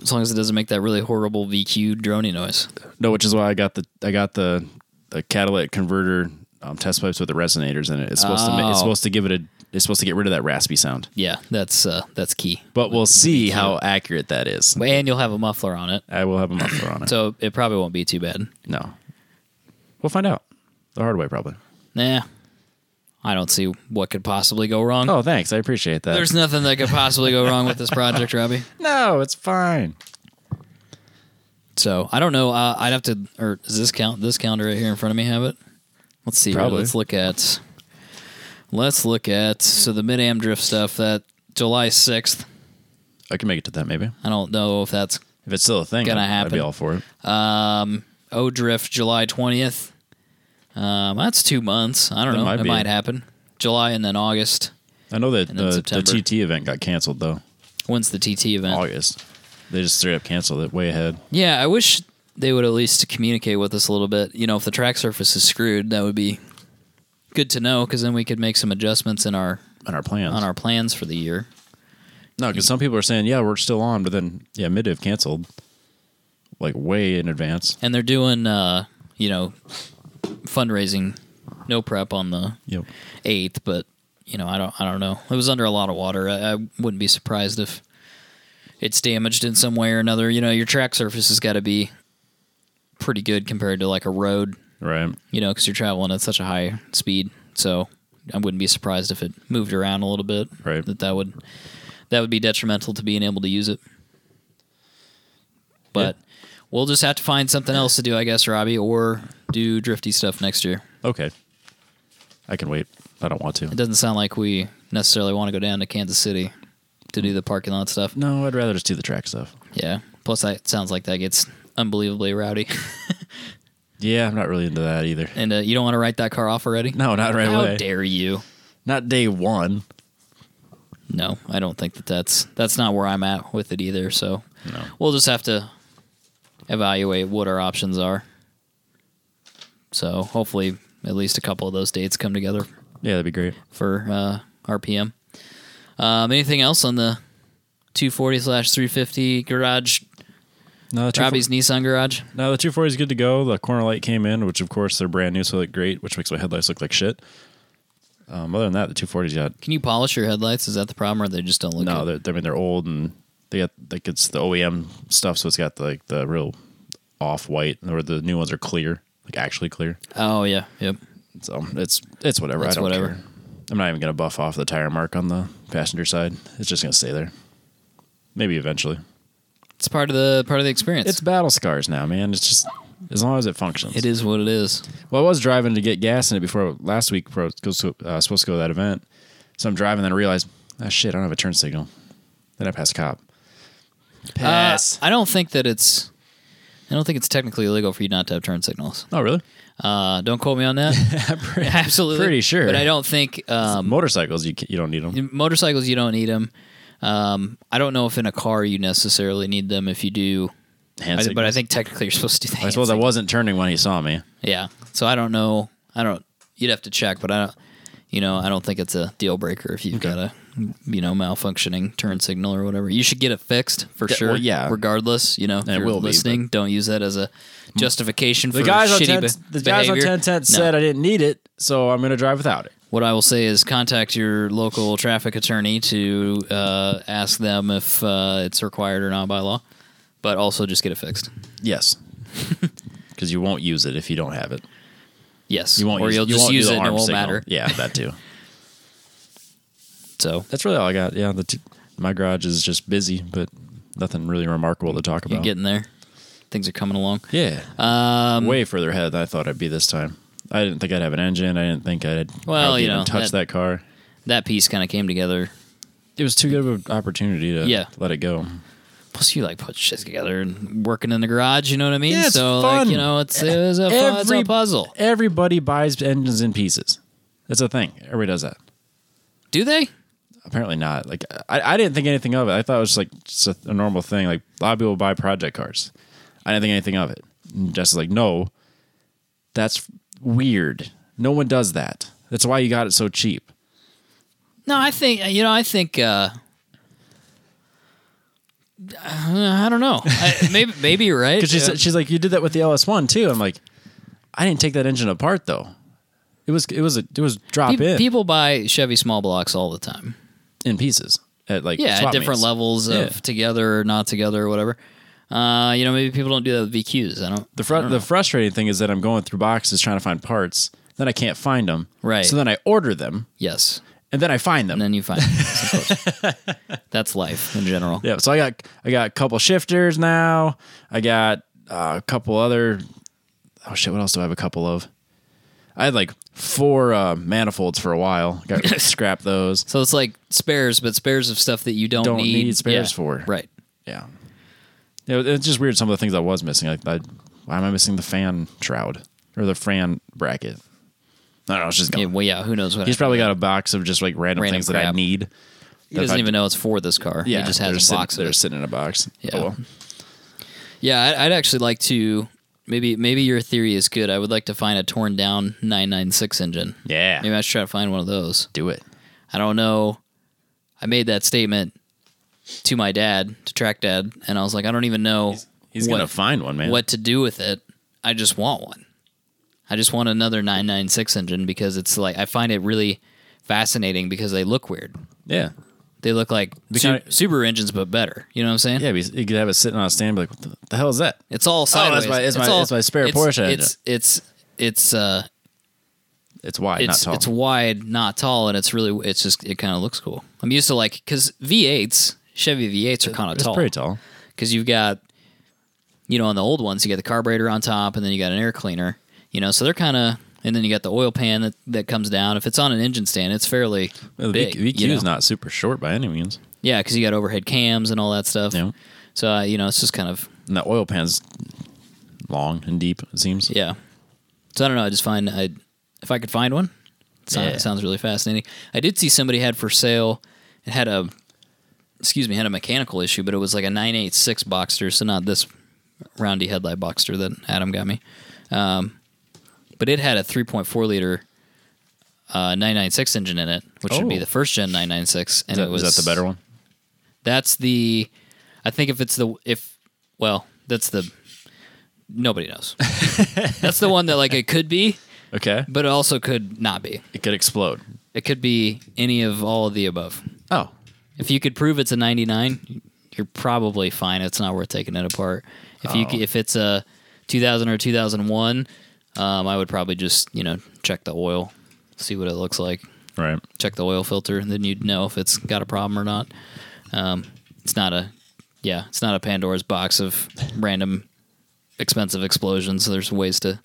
A: As long as it doesn't make that really horrible VQ drony noise.
B: No, which is why I got the I got the the catalytic converter um, test pipes with the resonators in it. It's supposed to ma- it's
A: Oh.
B: supposed to give it a it's supposed to get rid of that raspy sound.
A: Yeah, that's uh, that's key.
B: But we'll see how accurate that is.
A: And you'll have a muffler on it,
B: I will have a muffler on it.
A: so it probably won't be too bad.
B: no, we'll find out the hard way probably.
A: Nah, I don't see what could possibly go wrong.
B: Oh, thanks. I appreciate that.
A: There's nothing that could possibly go wrong with this project, Robbie.
B: no, it's fine.
A: So I don't know. Uh, I'd have to, or does this count? This calendar right here in front of me have it. Let's see. here.
B: Probably.
A: Let's look at. Let's look at. So the mid am drift stuff that July sixth.
B: I can make it to that maybe
A: I don't know if that's
B: if it's still a thing.
A: Gonna
B: I'd- I'd
A: happen.
B: be all for it.
A: Um, O Drift, July 20th. Um, that's two months. I don't
B: That
A: know.
B: might
A: it
B: be.
A: might happen. July and then August.
B: I know that
A: And then
B: the, the
A: September.
B: TT event got canceled though.
A: When's the TT event?
B: August. They just straight up canceled it way ahead.
A: Yeah, I wish they would at least communicate with us a little bit. You know, if the track surface is screwed, that would be good to know because then we could make some adjustments in our
B: on our plans.
A: on our plans for the year.
B: No, because some people are saying, yeah, we're still on, but then yeah, Midiv canceled like way in advance.
A: And they're doing, uh, you know, fundraising, no prep on the
B: Yep.
A: eighth, but you know, I don't, I don't know. It was under a lot of water. I, I wouldn't be surprised if it's damaged in some way or another. You know, your track surface has got to be pretty good compared to like a road.
B: Right.
A: You know, because you're traveling at such a high speed, so I wouldn't be surprised if it moved around a little bit.
B: Right.
A: That that would that would be detrimental to being able to use it. But we'll just have to find something else to do, I guess, Robbie, or do drifty stuff next year.
B: Okay. I can wait. I don't want
A: It
B: to.
A: doesn't sound like we necessarily want to go down to Kansas City to do the parking lot stuff.
B: No, I'd rather just do the track stuff.
A: Yeah. Plus, that it sounds like that gets unbelievably rowdy,
B: Yeah, I'm not really into that either.
A: and uh, you don't want to write that car off already.
B: No, not right
A: How
B: away.
A: dare you?
B: Not day one.
A: No, I don't think that that's that's not where I'm at with it either. So
B: No.
A: we'll just have to evaluate what our options are. So hopefully, at least a couple of those dates come together
B: Yeah, that'd be great.
A: for uh, RPM. Um, anything else on the 240 slash 350 garage
B: No, the two
A: Robbie's Nissan garage.
B: no, the 240 is good to go. The corner light came in, which of course they're brand new, so they look great, which makes my headlights look like shit. Um, other than that, the 240's got
A: Can you polish your headlights? Is that the problem, or they just don't look?
B: No,
A: good?
B: they're, I mean they're old and they got like it's the OEM stuff, so it's got like the real off white, or the new ones are clear, like actually clear.
A: Oh yeah, yep.
B: So it's it's whatever.
A: It's
B: I don't
A: whatever.
B: care. I'm not even gonna buff off the tire mark on the passenger side. It's just gonna stay there. Maybe eventually.
A: It's part of the part of the experience.
B: It's battle scars now, man. It's just as long as it functions.
A: it is what it is.
B: Well, I was driving to get gas in it before last week. Bro, goes to, uh, supposed to go to that event, so I'm driving, then I realized, ah, shit, I don't have a turn signal. Then I pass a cop. Pass.
A: Uh, I don't think that it's. I don't think it's technically illegal for you not to have turn signals.
B: oh, really?
A: Uh, don't quote me on that. Absolutely,
B: pretty sure.
A: But I don't think um,
B: Uh, Motorcycles, you ca- you don't need them.
A: motorcycles you don't need them. Um, I don't know if in a car you necessarily need them. If you do,
B: Hand
A: I,
B: signals.
A: but I think technically you're supposed to do that.
B: I suppose I wasn't turning when he saw me.
A: Yeah. So I don't know. I don't. You'd have to check, but I don't. You know, I don't think it's a deal breaker if you've got a you know malfunctioning turn signal or whatever. You should get it fixed for
B: Yeah,
A: sure.
B: well, yeah.
A: Regardless, you know, if
B: it
A: you're
B: will be, Mm.
A: listening, don't use that as a justification
B: The
A: for
B: guys on
A: shitty
B: 10,
A: be-
B: the guys on
A: behavior.
B: ten ten
A: No.
B: said I didn't need it, so I'm gonna drive without it.
A: What I will say is contact your local traffic attorney to uh, ask them if uh, it's required or not by law, but also just get it fixed.
B: Yes. Because you won't use it if you don't have it.
A: Yes,
B: You won't.
A: or
B: use,
A: you'll
B: you
A: just
B: won't do
A: use
B: the
A: it and it
B: arm
A: won't
B: signal.
A: matter.
B: Yeah, that too.
A: So
B: That's really all I got. Yeah, the t- my garage is just busy, but nothing really remarkable to talk
A: you're
B: about.
A: getting there. Things are coming along.
B: yeah,
A: Um,
B: way further ahead than I thought I'd be this time. I didn't think I'd have an engine. I didn't think I'd I
A: Well,
B: would
A: you
B: even
A: know,
B: touch
A: that-
B: that, car.
A: that piece kind of came together.
B: It was too good of an opportunity to
A: Yeah.
B: let it go.
A: Plus, you like put shit together and working in the garage. You know what I mean?
B: Yeah, it's
A: so like
B: fun.
A: you know, it's it was a, fun, it's a
B: Every-
A: puzzle.
B: Everybody buys engines in pieces. That's a thing. Everybody does that.
A: Do they?
B: Apparently not. Like I, I didn't think anything of it. I thought it was like just a, a normal thing. Like a lot of people buy project cars. I didn't think anything of it. And Jess is like, no, that's weird. No one does that. That's why you got it so cheap.
A: No, I think you know. I think uh, I don't know. I, maybe maybe you're right.
B: Because she's,
A: Uh,
B: she's like, you did that with the LS1 too. I'm like, I didn't take that engine apart though. It was it was a, it was drop
A: pe-
B: in
A: people buy Chevy small blocks all the time.
B: in pieces at like
A: Yeah, at
B: swap
A: different
B: meets.
A: levels of
B: Yeah.
A: together or not together or whatever. Uh, you know, maybe people don't do that with VQs. I don't.
B: The fr- the frustrating thing is that I'm going through boxes trying to find parts, then I can't find them.
A: Right.
B: So then I order them,
A: Yes,
B: and then I find
A: and
B: them.
A: then you find. Yes, of course. That's life in general.
B: yeah. So I got I got a couple shifters now. I got uh, a couple other. Oh shit! What else do I have a couple of? I had like four uh, manifolds for a while. Got scrap those.
A: So it's like spares, but spares of stuff that you don't,
B: Don't
A: need,
B: need spares
A: Yeah,
B: for.
A: Right.
B: Yeah. You know, it's just weird. Some of the things I was missing. Like, I, why am I missing the fan shroud or the fan bracket? I don't know. It's just gone.
A: Yeah, well, yeah. Who knows what?
B: He's probably got a box of just like random,
A: Random
B: things that I
A: crap.
B: need.
A: he doesn't
B: I-
A: even know it's for this car. he just
B: they're
A: has a
B: sitting-
A: box. of
B: They're
A: it.
B: sitting in a box.
A: Yeah.
B: Oh, well.
A: Yeah, I'd, I'd actually like to. Maybe maybe your theory is good. I would like to find a torn down 996 engine.
B: Yeah.
A: Maybe I should try to find one of those.
B: Do it.
A: I don't know. I made that statement to my dad, to track dad, and I was like, I don't even know
B: He's
A: what,
B: gonna find one, man.
A: what to do with it. I just want one. I just want another 996 engine because it's like I find it really fascinating because they look weird.
B: Yeah.
A: They look like Su-
B: kind of-
A: Subaru engines, but better. You know what I'm saying?
B: Yeah. but You could have it sitting on a stand. And be like, what the, the hell is that?
A: It's all sideways.
B: my- it's my-
A: all,
B: it's my spare Porsche engine.
A: It's it's it's uh
B: It's wide,
A: it's
B: not tall.
A: it's wide, not tall, and it's really it's just it kind of looks cool. I'm used to like because V8s Chevy V8s are kind of
B: It's
A: tall
B: pretty tall.
A: because you've got you know on the old ones you got the carburetor on top and then you got an air cleaner you know so they're kind of and then you got the oil pan that, that comes down if it's on an engine stand it's fairly
B: Well, the
A: big,
B: VQ VQ
A: you know?
B: is not super short by any means.
A: yeah because you got overhead cams and all that stuff
B: Yeah.
A: so uh, you know it's just kind of
B: And that oil pan's long and deep. It seems.
A: Yeah. So I don't know. I just find I if I could find one, it sounds,
B: Yeah.
A: it sounds really fascinating. I did see somebody had for sale. It had a excuse me had a mechanical issue, but it was like a nine eight six Boxster, so not this roundy headlight Boxster that Adam got me. Um, but it had a three point four liter. Uh, 996 engine in it, which would be
B: Oh.
A: the first gen 996, and
B: Is that,
A: it was
B: is that the better one?
A: that's the, I think if it's the if, well, that's the, nobody knows. that's the one that like it could be,
B: Okay.
A: but it also could not be.
B: It could explode.
A: It could be any of all of the above.
B: Oh.
A: If you could prove it's a 99, you're probably fine. It's not worth taking it apart. If you
B: Oh.
A: if it's a 2000 or 2001, um, I would probably just you know check the oil, see what it looks like,
B: Right.
A: check the oil filter, and then you'd know if it's got a problem or not. Um, it's not a yeah, it's not a Pandora's box of random expensive explosions. There's ways to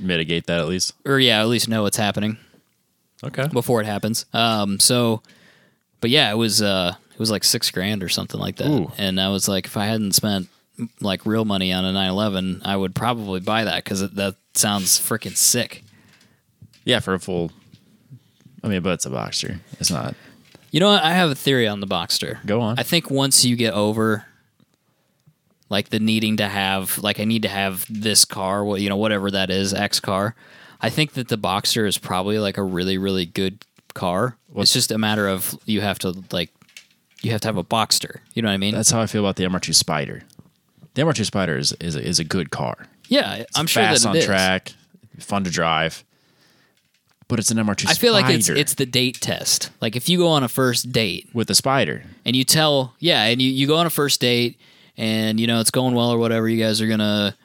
B: Mitigate that at least.
A: or yeah, at least know what's happening.
B: Okay.
A: before it happens. Um, so, but yeah, it was uh, it was like six grand or something like that.
B: Ooh.
A: And I was like, if I hadn't spent m- like real money on a 911, I would probably buy that because that sounds freaking sick.
B: yeah, for a full. I mean, but it's a boxer. It's not.
A: You know, what? I have a theory on the Boxster.
B: Go on.
A: I think once you get over like the needing to have like I need to have this car, well, you know, whatever that is, X car. I think that the Boxster is probably like a really really good car. it's just a matter of you have to like you have to have a Boxster. You know what I mean?
B: That's how I feel about the MR2 Spider. The MR2 Spider is is a, is a good car.
A: yeah, I'm sure
B: Fast
A: that it
B: on
A: is.
B: track, fun to drive. but it's an MR2
A: I feel like it's
B: spider
A: it's the date test. Like if you go on a first date
B: with the spider.
A: and you tell yeah, and you, you go on a first date and you know it's going well or whatever, you guys are gonna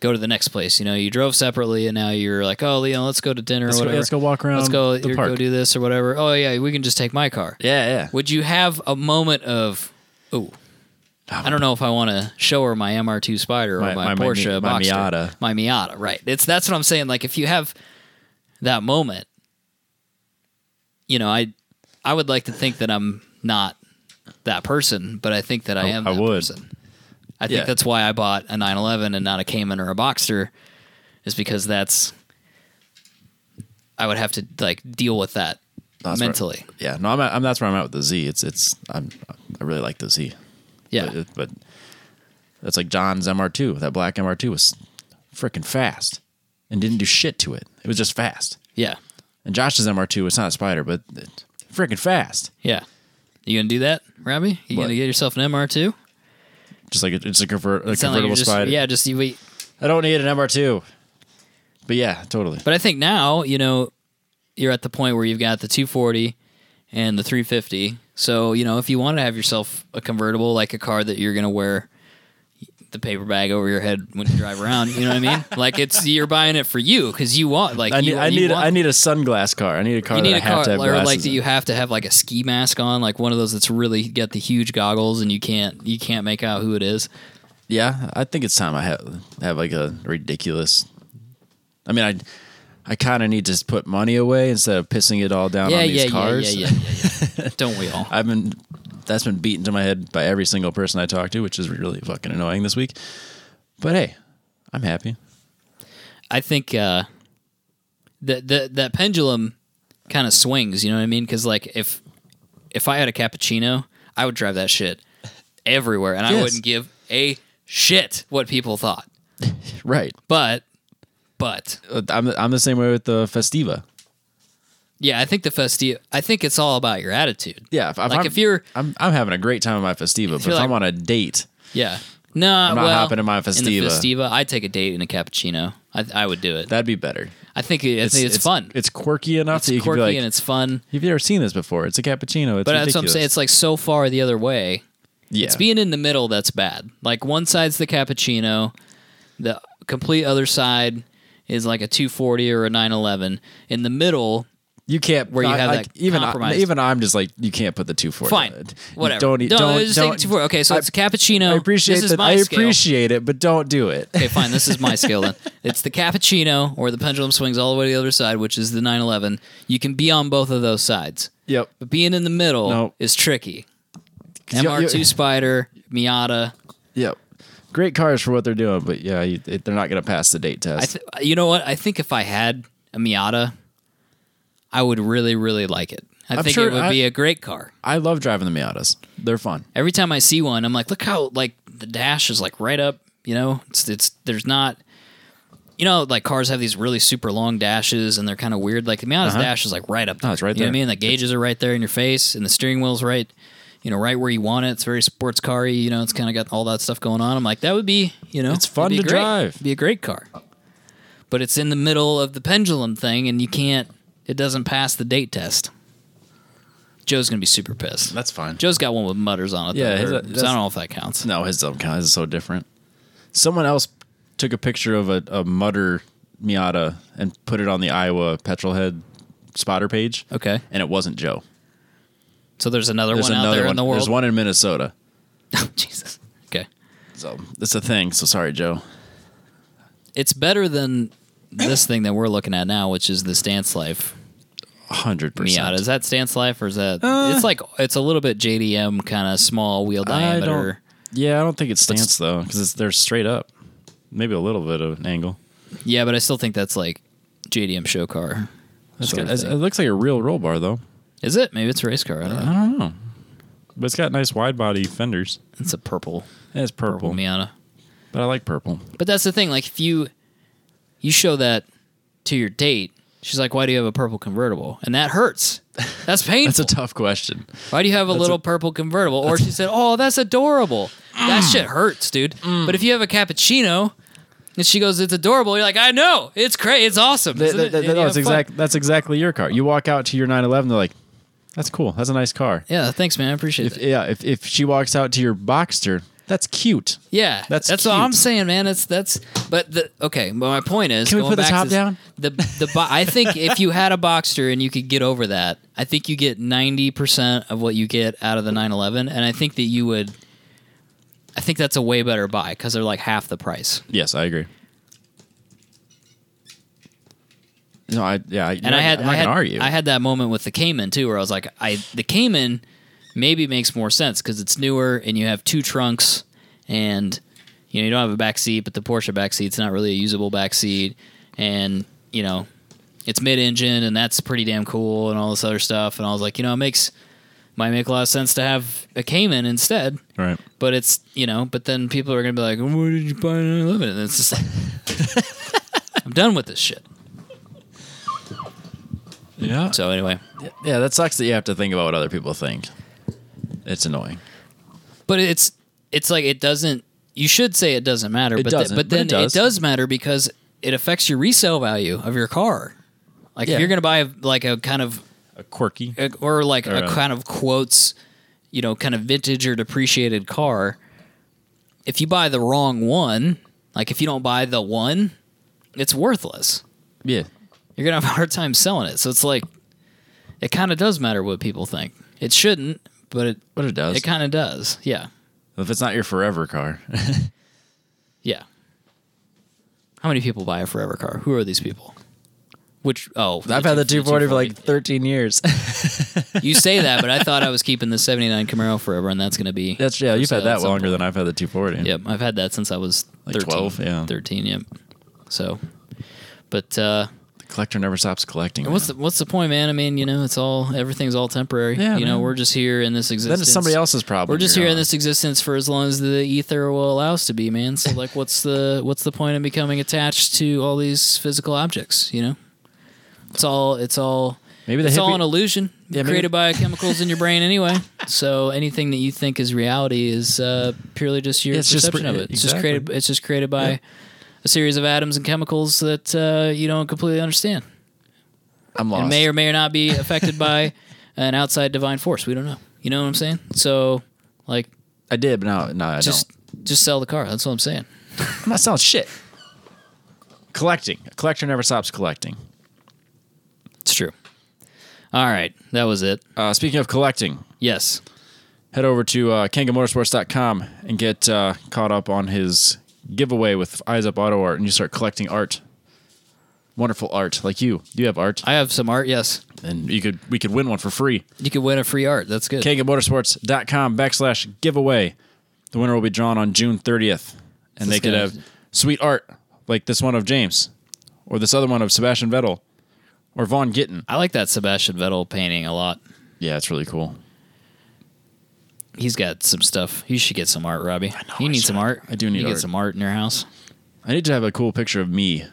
A: go to the next place. You know, you drove separately and now you're like, Oh Leon, let's go to dinner
B: Let's
A: or
B: go-
A: whatever.
B: let's go walk around
A: Let's go,
B: the
A: or go
B: park."
A: do this or whatever. Oh yeah, we can just take my car.
B: Yeah, yeah.
A: Would you have a moment of oh I don't know if I want to show her my MR2 Spider or my,
B: My- my- my Mi-
A: Porsche
B: my
A: Boxster.
B: Miata.
A: My Miata, right. It's that's what I'm saying like if you have that moment you know, I I would like to think that I'm not that person, but I think that I, am
B: I
A: that
B: would.
A: person. I think
B: Yeah.
A: that's why I bought a 911 and not a Cayman or a Boxster is because that's I would have to like deal with that
B: That's where-
A: mentally.
B: Yeah, no, I'm, at, I'm that's where I'm at with the Z. It's it's I'm I really like the Z.
A: Yeah.
B: but, but that's like John's MR2. That black MR2 was freaking fast and didn't do shit to it. It was just fast.
A: Yeah.
B: And Josh's MR2, it's not a spider, but it's freaking fast.
A: Yeah. You gonna do that, Robbie? You
B: What?
A: gonna get yourself an MR two?
B: Just like a, it's a, convert, a convertible
A: just,
B: spider.
A: Yeah, just you wait.
B: I don't need an MR2. But yeah, totally.
A: But I think now, you know, you're at the point where you've got the two forty and the three fifty. So, you know, if you want to have yourself a convertible, like a car that you're gonna wear the paper bag over your head when you drive around, you know what I mean? Like it's you're buying it for you because you want like
B: I need
A: you,
B: I
A: you
B: need
A: want
B: I need a sunglass car. I need a car
A: you
B: that
A: need
B: I
A: a
B: have
A: car
B: to have
A: or
B: glasses.
A: like that
B: in.
A: you have to have like a ski mask on, like one of those that's really got the huge goggles and you can't you can't make out who it is.
B: Yeah, I think it's time I have have like a ridiculous. I mean, I I kind of need to put money away instead of pissing it all down on these cars.
A: Yeah, yeah, yeah, yeah, yeah. Don't we all?
B: I've been that's been beaten to my head by every single person I talk to, which is really fucking annoying this week. But hey, I'm happy.
A: I think uh, that that that pendulum kind of swings. You know what I mean? Because like if if I had a cappuccino, I would drive that shit everywhere, and I
B: Yes.
A: wouldn't give a shit what people thought.
B: Right.
A: But but
B: Uh, I'm I'm the same way with the Festiva.
A: yeah, I think the festi. I think it's all about your attitude.
B: Yeah, if, if
A: Like
B: I'm,
A: if you're-
B: I'm I'm having a great time on my Festiva, but if
A: you're
B: I'm
A: like-
B: on a date,
A: Yeah. No, I'm
B: not
A: well,
B: hopping in my
A: the
B: Festiva.
A: Festiva, I'd take a date in a cappuccino. I, I would do it.
B: that'd be better.
A: I think it- I think it's, fun. It's,
B: It's quirky enough that you
A: quirky
B: could be like,
A: and it's fun.
B: You've never seen this before. It's a cappuccino. It's
A: But
B: ridiculous.
A: that's what I'm saying. It's like so far the other way.
B: yeah.
A: It's being in the middle that's bad. Like one side's the cappuccino, the complete other side is like a 240 or a 911. In the middle,
B: you can't
A: where you
B: I-
A: have
B: like,
A: that
B: even I,
A: compromised-
B: even I'm just like you can't put the two forty.
A: fine, whatever.
B: uh, Don't eat.
A: no,
B: don't,
A: just
B: don't,
A: take the 240. Okay, so
B: I-
A: it's a cappuccino.
B: I appreciate
A: this is
B: that.
A: my
B: I
A: scale.
B: appreciate it, but don't do it.
A: Okay, fine. This is my scale then. It's the cappuccino or the pendulum swings all the way to the other side, which is the 911. You can be on both of those sides,
B: yep.
A: but being in the middle
B: No.
A: is tricky.
B: 'Cause you-
A: MR2
B: you-
A: Spider, Miata.
B: Yep. Great cars for what they're doing, but yeah, you, it, they're not going to pass the date test.
A: I th- you know what? I think if I had a Miata, I would really, really like it. I
B: I'm
A: think
B: sure
A: it would
B: I-
A: be a great car.
B: I love driving the Miatas. They're fun.
A: Every time I see one, I'm like, look how like the dash is like right up. You know, it's it's there's not. You know, like cars have these really super long dashes, and they're kind of weird. Like the Miata's dash is like right up. There.
B: Uh-huh. Oh, it's right
A: You know what I
B: there.
A: mean, the gauges are right there in your face, and the steering wheel's right. You know, right where you want it. It's very sports car You know, it's kind of got all that stuff going on. I'm like, that would be, you know,
B: It's fun
A: it'd be
B: to
A: great.
B: drive.
A: It'd be a great car. But it's in the middle of the pendulum thing, and you can't. It doesn't pass the date test. Joe's gonna be super pissed.
B: That's fine.
A: Joe's got one with mutters on it.
B: Yeah,
A: Yeah,
B: his- uh,
A: so I don't know if that counts.
B: No, his don't count. His is so different. Someone else took a picture of a, a mutter Miata and put it on the Iowa petrolhead spotter page.
A: Okay,
B: And it wasn't Joe.
A: so there's another
B: There's
A: one out
B: another
A: there
B: one.
A: in the world.
B: There's one in Minnesota.
A: Jesus. Okay,
B: So it's a thing. So sorry, Joe.
A: it's better than this thing that we're looking at now, which is the Stance Life
B: hundred
A: Miata.
B: percent. Uh,
A: Is that Stance Life or is that? it's like it's a little bit JDM kind of small wheel
B: I don't.
A: diameter.
B: Yeah, I don't think it stands though because they're straight up. Maybe a little bit of an angle.
A: Yeah, but I still think that's like JDM show car.
B: It's
A: sort
B: got-
A: of
B: it's-
A: thing.
B: it looks like a real roll bar though,
A: Is it? Maybe it's a race car. I don't know.
B: but it's got nice wide body fenders.
A: It's a purple,
B: And it's purple,
A: purple Miata.
B: but I like purple.
A: But that's the thing. Like if you you show that to your date, she's like, "Why do you have a purple convertible?" And that hurts. That's
B: That's
A: painful.
B: a tough question.
A: Why do you have a little purple convertible? Or
B: Mm.
A: she said, "Oh, that's adorable." That shit hurts, dude. But if you have a cappuccino, And she goes, "It's adorable." You're like, "I know, it's great, it's awesome."
B: Th-
A: isn't
B: th-
A: it?"
B: th-
A: And you
B: no,
A: have
B: it's
A: fun.
B: exact. That's exactly your car. You walk out to your 911. They're like, "That's cool. That's a nice car."
A: Yeah, thanks, man. I appreciate
B: If
A: it.
B: yeah, if, if she walks out to your Boxster, that's cute.
A: Yeah,
B: That's
A: that's what
B: cute.
A: I'm saying, man. That's that's. But the okay, but my point is,
B: Can we
A: going
B: put the
A: back
B: top
A: to this-
B: down?
A: The the bo- I think if you had a Boxster and you could get over that, I think you get ninety percent of what you get out of the 911, and I think that you would. I think that's a way better buy because they're like half the price.
B: Yes, I agree. No, I yeah, I,
A: And I had
B: I'm not
A: I had,
B: gonna argue.
A: I had that moment with the Cayman too, where I was like, I the Cayman maybe makes more sense because it's newer and you have two trunks and you know you don't have a back seat, but the Porsche back seat's not really a usable back seat, and you know it's mid-engine and that's pretty damn cool and all this other stuff. And I was like, you know, it makes might make a lot of sense to have a Cayman instead.
B: right.
A: But it's you know, but then people are gonna be like, "Why did you buy an 11?" And it's just like, I'm done with this shit.
B: Yeah.
A: So anyway,
B: yeah, that sucks that you have to think about what other people think. It's annoying.
A: But it's it's like it doesn't. You should say it doesn't matter,
B: It
A: but th-
B: doesn't,
A: but
B: but
A: then
B: it does.
A: matter because it affects your resale value of your car. Like
B: Yeah.
A: if you're gonna buy like a kind of
B: A quirky.
A: or like
B: Or
A: a
B: a-
A: kind of quotes, you know, kind of vintage or depreciated car. If you buy the wrong one, like if you don't buy the one, it's worthless.
B: Yeah.
A: You're gonna have a hard time selling it. So it's like it kind of does matter what people think. It shouldn't, but it
B: But it does.
A: it kind of does. Yeah.
B: if it's not your forever car.
A: Yeah. How many people buy a forever car? Who are these people? Which oh,
B: I've had the 240 for like 13 years.
A: 240. you say that, but I thought I was keeping the '79 Camaro forever, and that's going to be
B: That's yeah,
A: for
B: you've
A: sale
B: had
A: at
B: that
A: some
B: longer
A: point.
B: than I've had the 240.
A: Yep, I've had that since I was
B: Like
A: 13,
B: 12, yeah.
A: 13. Yep. So, but uh,
B: The collector never stops collecting.
A: what's the
B: man.
A: what's the point, man? I mean, you know, it's all everything's all temporary.
B: Yeah,
A: you know,
B: man.
A: we're just here in this existence.
B: then it's somebody else's problem.
A: We're just
B: you're
A: here in
B: on.
A: this existence for as long as the ether will allow us to be, man. So, like, what's the what's the point of becoming attached to all these physical objects? You know, it's all it's all
B: Maybe the
A: it's all
B: hippie-
A: an illusion
B: Yeah, maybe-
A: created by chemicals in your brain anyway. So anything that you think is reality is uh, purely just your
B: It's just
A: perception
B: pre-
A: of it. It's just
B: exactly.
A: created. It's just created by a series of atoms and chemicals that uh, you don't completely understand.
B: I'm lost.
A: It may or may not be affected by an outside divine force. We don't know. You know what I'm saying? So, like
B: I did, but no, no, I
A: just just sell the car. That's what I'm saying.
B: don't. I'm not selling shit. Collecting. A collector never stops collecting.
A: It's true. All right, that was it.
B: Uh, speaking of collecting,
A: Yes,
B: head over to uh, kangamotorsports.com and get uh, caught up on his giveaway with Eyes Up Auto Art, and you start collecting art. Wonderful art, like you. You have art,
A: I have some art. Yes,
B: and you could we could win one for free.
A: you could win a free art. That's good.
B: KangaMotorsports.com backslash giveaway. The winner will be drawn on June 30th, and they
A: This
B: could
A: guy-
B: have sweet art like this one of James, or this other one of Sebastian Vettel, or Von Gittin.
A: I like that Sebastian Vettel painting a lot.
B: Yeah, it's really cool.
A: He's got some stuff. You should get some art, Robbie. you
B: I
A: need
B: should.
A: some art.
B: I do need
A: you
B: art.
A: Get some art in your house.
B: I need to have a cool picture of me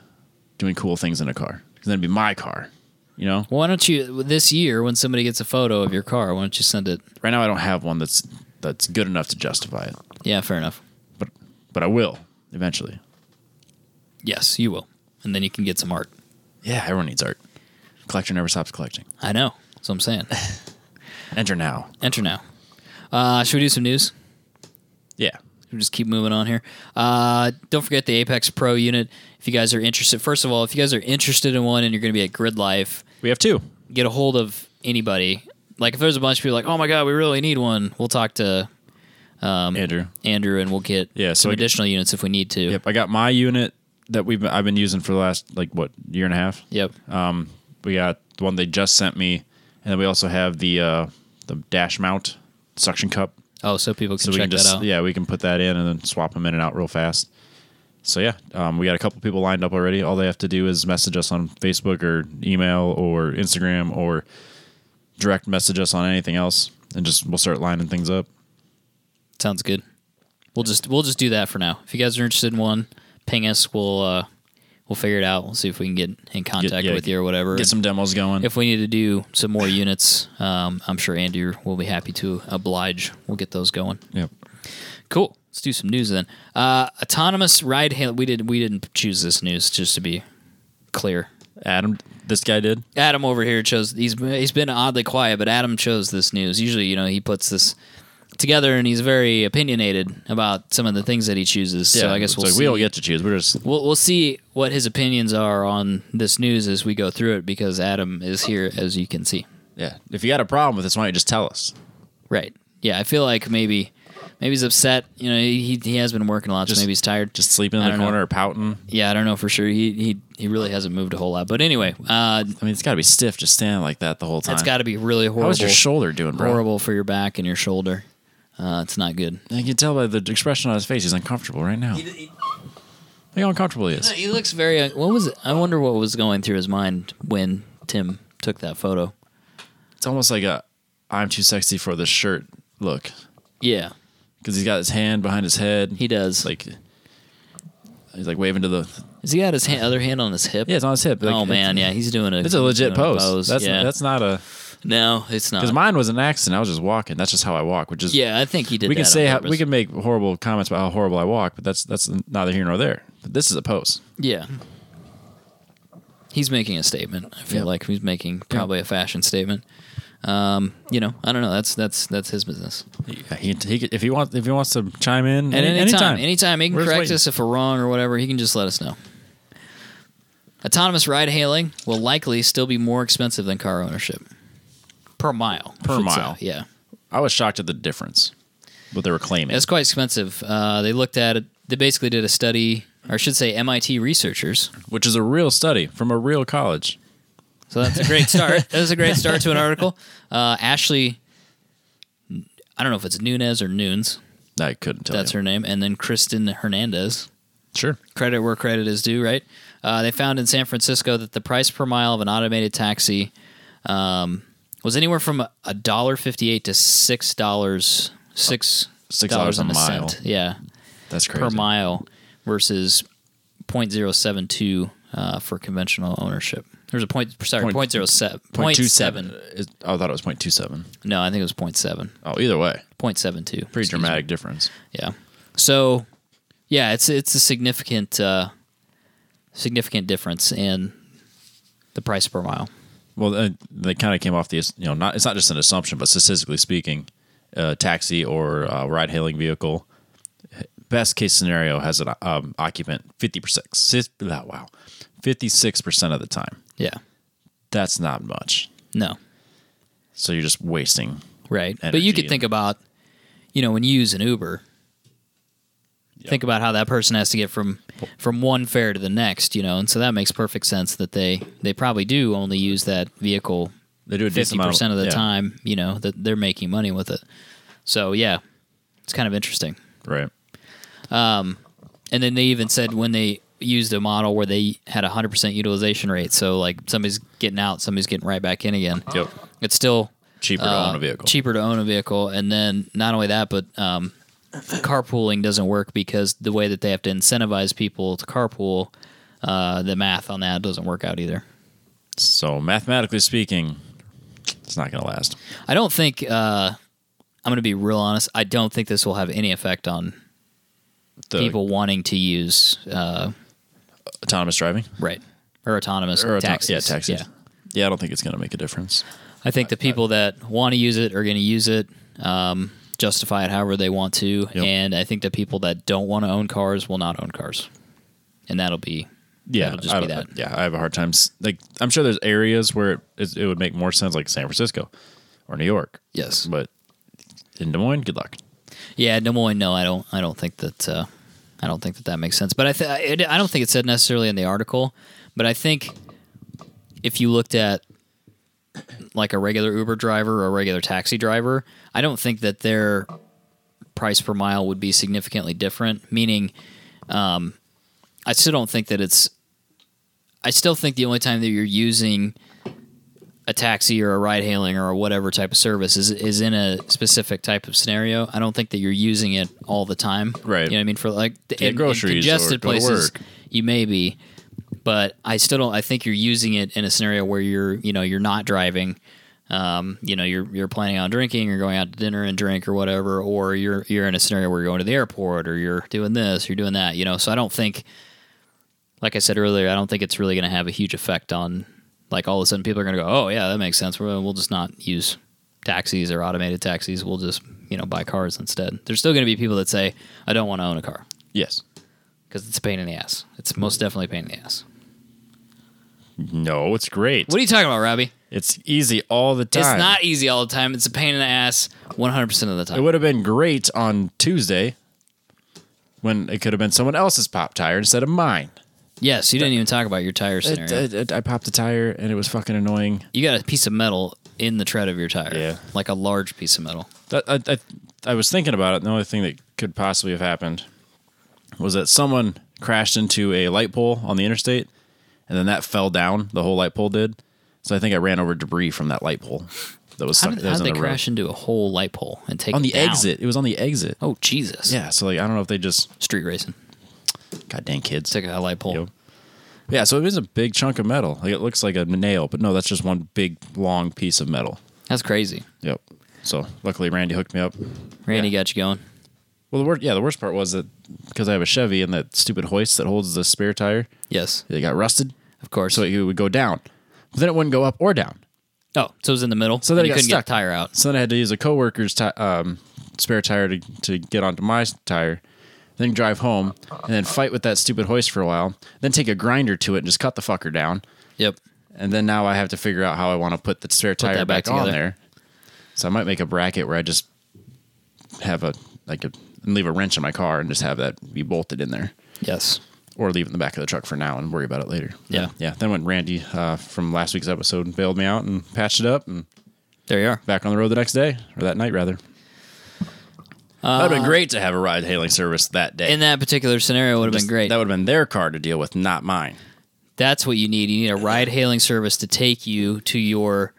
B: doing cool things in a car. 'Cause Then it'd be my car. You know?
A: Why don't you this year when somebody gets a photo of your car? Why don't you send it?
B: Right now I don't have one that's that's good enough to justify it.
A: Yeah, fair enough.
B: But but I will eventually.
A: Yes, you will, and then you can get some art.
B: Yeah, everyone needs art. Collector never stops collecting.
A: I know. That's what I'm saying.
B: Enter now.
A: Enter now. Uh, should we do some news?
B: Yeah.
A: We'll just keep moving on here. Uh, don't forget the Apex Pro unit. If you guys are interested, first of all, if you guys are interested in one and you're going to be at Grid Life,
B: We have two.
A: get a hold of anybody. Like if there's a bunch of people like, oh my god, we really need one, we'll talk to
B: Andrew.
A: Andrew and we'll get
B: Yeah, so
A: some
B: I get-
A: additional units if we need to.
B: Yep. I got my unit that we've been, I've been using for the last like what year and a half.
A: Yep.
B: Uh, We got the one they just sent me, and then we also have the uh, the dash mount suction cup
A: oh, so people can
B: so we
A: check
B: can just
A: that out.
B: yeah we can put that in and then swap them in and out real fast so yeah um, we got a couple people lined up already all they have to do is message us on facebook or email or instagram or direct message us on anything else and just we'll start lining things up
A: Sounds good. We'll just we'll just do that for now. If you guys are interested in one, ping us. We'll uh, we'll figure it out. We'll see if we can get in contact
B: yeah,
A: with you or whatever.
B: get some demos going
A: if we need to do some more units, um, I'm sure Andrew will be happy to oblige. We'll get those going.
B: yep
A: Cool. Let's do some news then. Uh, autonomous ride hail. We did. We didn't choose this news. Just to be clear,
B: Adam, this guy did.
A: Adam over here chose. He's he's been oddly quiet, but Adam chose this news. Usually, you know, he puts this together, and he's very opinionated about some of the things that he chooses. so I guess
B: it's
A: we'll
B: like,
A: see.
B: we don't get to choose. We're just
A: We'll, we'll see what his opinions are on this news as we go through it because Adam is here, as you can see.
B: yeah. If you got a problem with this, why don't you just tell us?
A: Right. Yeah, I feel like maybe maybe he's upset. You know, he, he has been working a lot, so maybe he's tired.
B: Just sleeping
A: I
B: in the
A: don't know.
B: corner or pouting.
A: Yeah, I don't know for sure. He he, he really hasn't moved a whole lot. But anyway, uh,
B: I mean, it's got to be stiff just standing like that the whole time.
A: that's got to be really horrible.
B: How's your shoulder doing, bro?
A: horrible for your back and your shoulder. Uh, it's not good.
B: I can tell by the expression on his face, he's uncomfortable right now. Look how uncomfortable he is.
A: He looks very. uh, What was? It? I wonder what was going through his mind when Tim took that photo.
B: It's almost like a I'm too sexy for this shirt look
A: Yeah,
B: because he's got his hand behind his head.
A: he does.
B: like he's like waving to the
A: Has he got his hand, other hand on his hip?
B: yeah, it's on his hip. Like,
A: oh
B: it's-
A: man, yeah, he's doing a.
B: It's a legit
A: he's doing a
B: pose. That's
A: yeah.
B: that's not a
A: no, it's not.
B: because mine was an accident. I was just walking. That's just how I walk. Which is
A: yeah, I think he did.
B: we
A: that
B: can say
A: on
B: how,
A: purpose.
B: we can make horrible comments about how horrible I walk, but that's that's neither here nor there. But this is a pose.
A: Yeah. He's making a statement. I feel
B: Yeah.
A: like he's making probably a fashion statement. Um, you know, I don't know. That's that's that's his business.
B: Yeah, He, he, could- if he wants if he wants to chime in
A: And
B: any-
A: anytime, anytime, he can
B: We're just
A: correct
B: waiting.
A: us if we're wrong or whatever, he can just let us know. Autonomous ride hailing will likely still be more expensive than car ownership per mile. I
B: Per
A: should say.
B: mile.
A: yeah.
B: I was shocked at the difference, what they were claiming.
A: It's quite expensive. Uh, they looked at it. They basically did a study, or I should say, MIT researchers.
B: which is a real study from a real college.
A: So that's a great start. that was a great start to an article. Uh, Ashley, I don't know if it's Nunez or Nunes.
B: I couldn't tell.
A: That's
B: you.
A: her name, and then Kristen Hernandez.
B: Sure.
A: Credit where credit is due, right? Uh, they found in San Francisco that the price per mile of an automated taxi um, was anywhere from a dollar fifty-eight to six dollars six
B: Six dollars a
A: and
B: mile.
A: cent. Yeah,
B: That's crazy.
A: per mile versus 0.072 uh, for conventional ownership. There's a point. Sorry,
B: Point-
A: point, 0.07
B: Point two
A: 0.7.
B: seven. Is- oh, I thought it was point two seven.
A: No, I think it was 0.7.
B: Oh, either way,
A: 0.72.
B: pretty
A: excuse me.
B: dramatic difference.
A: Yeah. So, yeah, it's it's a significant uh, significant difference in the price per mile.
B: Well, uh, they kind of came off the you know not it's not just an assumption, but statistically speaking, uh, taxi or uh, ride hailing vehicle, best case scenario has an um, occupant fifty percent. Wow, fifty six percent of the time.
A: Yeah.
B: That's not much.
A: No.
B: So you're just wasting.
A: Right. But you
B: Energy
A: could think
B: and-
A: about, you know, when you use an Uber, think about how that person has to get from from one fare to the next, you know, and so that makes perfect sense that they they probably do only use that vehicle
B: They do a
A: fifty
B: decent amount
A: percent of the
B: yeah,
A: time, you know, that they're making money with it. So yeah, it's kind of interesting.
B: right?
A: And then they even said when they used a model where they had a hundred percent utilization rate, so like somebody's getting out, somebody's getting right back in again.
B: Yep.
A: It's still
B: Cheaper to
A: uh,
B: own a vehicle.
A: Cheaper to own a vehicle, and then not only that, but um, carpooling doesn't work because the way that they have to incentivize people to carpool, uh, the math on that doesn't work out either.
B: So mathematically speaking, it's not going to last.
A: I don't think uh, I'm going to be real honest. I don't think this will have any effect on
B: The
A: people wanting to use uh,
B: autonomous driving
A: right or autonomous
B: or auto-
A: taxis.
B: yeah, taxis.
A: Yeah.
B: Yeah. I don't think it's going to make a difference.
A: I think the people that want to use it are going to use it, um, justify it however they want to,
B: Yep.
A: and I think the people that don't want to own cars will not own cars, and that'll be
B: Yeah,
A: That'll just
B: I
A: be
B: don't-
A: that.
B: Yeah, I have a hard time. s- Like, I'm sure there's areas where it, it, it would make more sense, like San Francisco or New York.
A: Yes.
B: but in Des Moines, good luck.
A: yeah. Des Moines, no, I don't. I don't think that. Uh, I don't think that that makes sense. But I, th- I- I don't think it said necessarily in the article. But I think if you looked at like a regular Uber driver or a regular taxi driver, I don't think that their price per mile would be significantly different. Meaning, um, I still don't think that it's. I still think the only time that you're using a taxi or a ride hailing or whatever type of service is is in a specific type of scenario. I don't think that you're using it all the time.
B: Right.
A: You know what I mean? For like the
B: get groceries or
A: congested
B: go to
A: places,
B: work.
A: you may be but I still don't. I think you're using it in a scenario where you're, you know, you're not driving, um, you know, you're you're planning on drinking or going out to dinner and drink or whatever, or you're you're in a scenario where you're going to the airport or you're doing this, you're doing that, you know. So I don't think, like I said earlier, I don't think it's really going to have a huge effect on, like all of a sudden people are going to go, oh yeah, that makes sense. We'll, we'll just not use taxis or automated taxis. We'll just you know buy cars instead. There's still going to be people that say, I don't want to own a car
B: Yes.
A: because it's a pain in the ass. It's most definitely a pain in the ass.
B: No, it's great.
A: What are you talking about, Robbie?
B: It's easy all the time.
A: It's not easy all the time. It's a pain in the ass 100% of the
B: It
A: time.
B: would have been great on Tuesday when it could have been someone else's pop tire instead of mine.
A: Yes, you didn't even talk about your tire
B: It- uh,
A: scenario.
B: it- it- I popped a tire and it was fucking annoying.
A: you got a piece of metal in the tread of your tire.
B: Yeah.
A: Like a large piece of metal.
B: That, I, I, I was thinking about it. The only thing that could possibly have happened was that someone crashed into a light pole on the interstate, and then that fell down. The whole light pole did. So I think I ran over debris from that light pole that was
A: How
B: stuck.
A: did,
B: that
A: how
B: was
A: did
B: in
A: they
B: the
A: crash into a whole light pole and take
B: road. on
A: it
B: the
A: down?
B: exit. It was on the exit.
A: Oh, Jesus.
B: Yeah. So like I don't know if they just
A: Street racing.
B: goddamn kids.
A: Took a light pole.
B: Yep. Yeah. So it is a big chunk of metal. Like it looks like a nail, but no, that's just one big long piece of metal.
A: That's crazy.
B: Yep. So luckily Randy hooked me up.
A: Randy got you going.
B: Well, the worst, yeah, the worst part was that because I have a Chevy and that stupid hoist that holds the spare tire,
A: Yes,
B: it got rusted,
A: of course.
B: so it would go down, but then it wouldn't go up or down.
A: oh, so it was in the middle.
B: So then
A: and
B: it
A: you
B: got
A: couldn't
B: stuck.
A: get a tire out.
B: So then I had to use a coworker's ti- um, spare tire to, to get onto my tire, then drive home and then fight with that stupid hoist for a while, then take a grinder to it and just cut the fucker down,
A: Yep.
B: and then now I have to figure out how I want to put the spare tire
A: that back
B: back, on
A: together.
B: there. So I might make a bracket where I just have a like a and leave a wrench in my car and just have that be bolted in there.
A: Yes.
B: or leave it in the back of the truck for now and worry about it later.
A: Yeah.
B: Yeah. Then when Randy uh, from last week's episode bailed me out and patched it up and
A: There you are.
B: back on the road the next day or that night rather. That'd been great to have a ride hailing service that day.
A: In Uh, that particular scenario, would have been great.
B: That would have been their car to deal with, not mine.
A: That's what you need. You need a ride hailing service to take you to your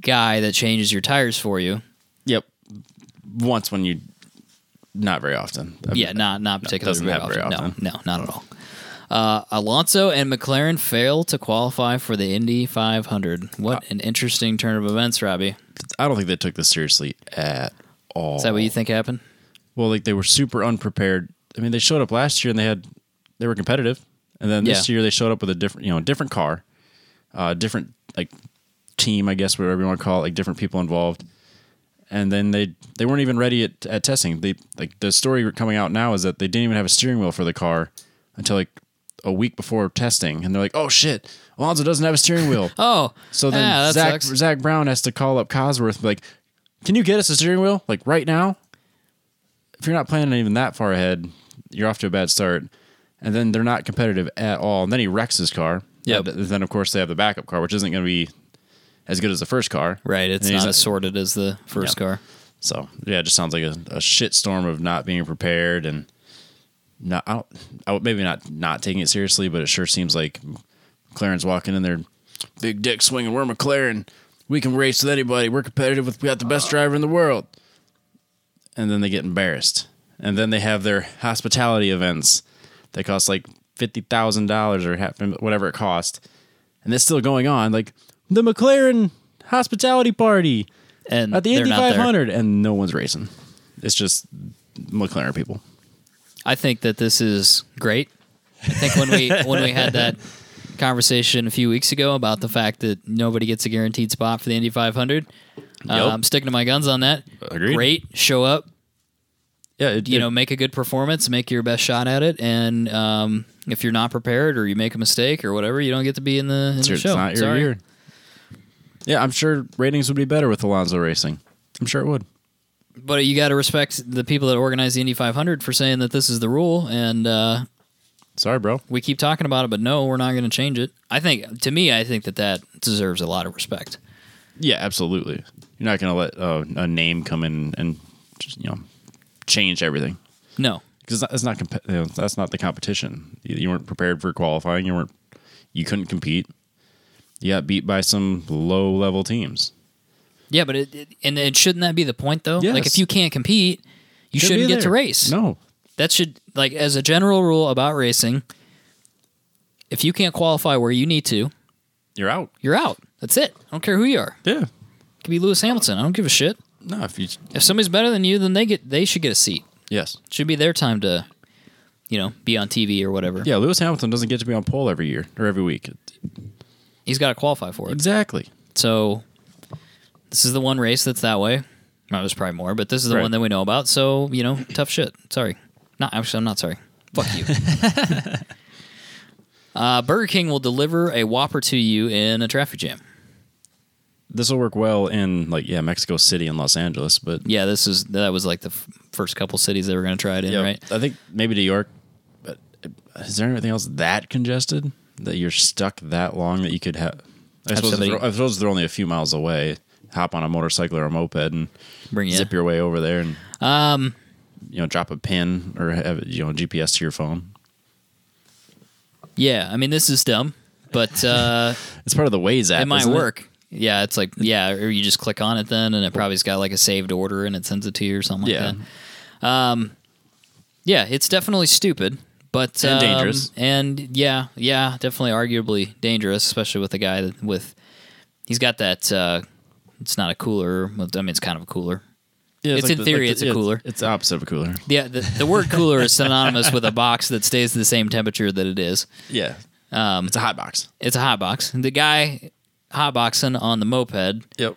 A: guy that changes your tires for you.
B: Yep. Once when you, not very often.
A: Yeah, not not particularly
B: doesn't
A: very
B: happen very
A: often.
B: often.
A: No, no, not at all. Uh, Alonso and McLaren fail to qualify for the Indy 500. What
B: Uh,
A: an interesting turn of events, Robbie.
B: I don't think they took this seriously at all.
A: Is that what you think happened?
B: Well, like they were super unprepared. I mean, they showed up last year and they had they were competitive, and then this
A: Yeah.
B: year they showed up with a different, you know, different car, uh, different like team, I guess, whatever you want to call it, like different people involved, and then they they weren't even ready at, at testing. They like the story coming out now is that they didn't even have a steering wheel for the car until like a week before testing, and they're like, oh shit, Alonso doesn't have a steering wheel.
A: Oh,
B: So then
A: ah, that
B: Zach
A: sucks.
B: Zach Brown has to call up Cosworth and be like, "Can you get us a steering wheel like right now?" If you're not planning even that far ahead, you're off to a bad start. And then they're not competitive at all. And then he wrecks his car.
A: Yep.
B: And Then of course they have the backup car, which isn't going to be as good as the first car.
A: Right, it's
B: And he's
A: not
B: like-
A: as sorted as the first
B: Yeah.
A: car.
B: So yeah, it just sounds like a, a shit storm of not being prepared and not I don't, I would- maybe not not taking it seriously, but it sure seems like McLaren's walking in there, big dick swinging. We're McLaren. We can race with anybody. We're competitive with. We got the best driver in the world. And then they get embarrassed. And then they have their hospitality events that cost like fifty thousand dollars or half whatever it cost, and it's still going on. Like the McLaren hospitality party
A: And
B: at the
A: they're
B: Indy
A: not there.
B: 500, and no one's racing. It's just McLaren people.
A: I think that this is great. I think when we when we had that conversation a few weeks ago about the fact that nobody gets a guaranteed spot for the Indy 500, uh,
B: Yep.
A: I'm sticking to my guns on that.
B: Agreed.
A: Great, show up,
B: Yeah, it,
A: you know, make a good performance, make your best shot at it, and um, if you're not prepared or you make a mistake or whatever, you don't get to be in the, in
B: it's,
A: the
B: your,
A: show.
B: it's not your
A: Sorry.
B: year. Yeah, I'm sure ratings would be better with Alonso racing. I'm sure it would.
A: But you got to respect the people that organize the Indy 500 for saying that this is the rule, and uh,
B: Sorry, bro.
A: we keep talking about it, but no, we're not going to change it. I think, to me, I think that that deserves a lot of respect.
B: Yeah, absolutely. You're not going to let uh, a name come in and just, you know change everything
A: No,
B: because that's not comp- you know, that's not the competition. You, you weren't prepared for qualifying. You weren't. You couldn't compete. You got beat by some low level teams.
A: Yeah, but it, it and it shouldn't that be the point though? Like
B: Yes.
A: if you can't compete, you
B: Should be
A: shouldn't get to
B: there.
A: race.
B: No,
A: That should like as a general rule about racing, if you can't qualify where you need to,
B: you're out.
A: you're out. That's it. I don't care who you are.
B: Yeah,
A: It could be Lewis Hamilton. I don't give a shit.
B: No, if you
A: If somebody's better than you, then they get they should get a seat.
B: yes,
A: It should be their time to, you know, be on TV or whatever.
B: yeah, Lewis Hamilton doesn't get to be on pole every year or every week.
A: He's got to qualify for it.
B: Exactly.
A: So this is the one race that's that way. Well, there's probably more, but this is the
B: Right.
A: one that we know about. So you know, tough shit. Sorry, not actually. I'm not sorry. Fuck you. uh, Burger King will deliver a Whopper to you in a traffic jam.
B: This will work well in like yeah, Mexico City and Los Angeles, but
A: Yeah, this is that was like the f- first couple cities they were going to try it in,
B: yeah,
A: right?
B: I think maybe New York. But is there anything else that congested that you're stuck that long that you could have? I suppose, if
A: Absolutely.
B: they're, I suppose they're only a few miles away. Hop on a motorcycle or a moped and
A: Bring it.
B: zip your way over there and um, you know drop a pin or have you know GPS to your phone.
A: Yeah, I mean this is dumb, but uh,
B: It's part of the Waze app.
A: it might
B: isn't
A: work. Yeah, it's like yeah, or you just click on it then, and it probably's got like a saved order and it sends it to you or something
B: Yeah.
A: like that. Um, Yeah, it's definitely stupid, but
B: And
A: um,
B: dangerous.
A: and yeah, yeah, definitely arguably dangerous, especially with the guy that with he's got that. Uh, it's not a cooler. I mean, it's kind of a cooler.
B: Yeah,
A: It's in theory, it's a
B: yeah,
A: cooler.
B: It's, the opposite of a cooler.
A: Yeah, the, the word cooler is synonymous with a box that stays the same temperature that it is.
B: Yeah, um, it's a hot box.
A: It's a hot box. The guy hot boxing on the moped,
B: Yep.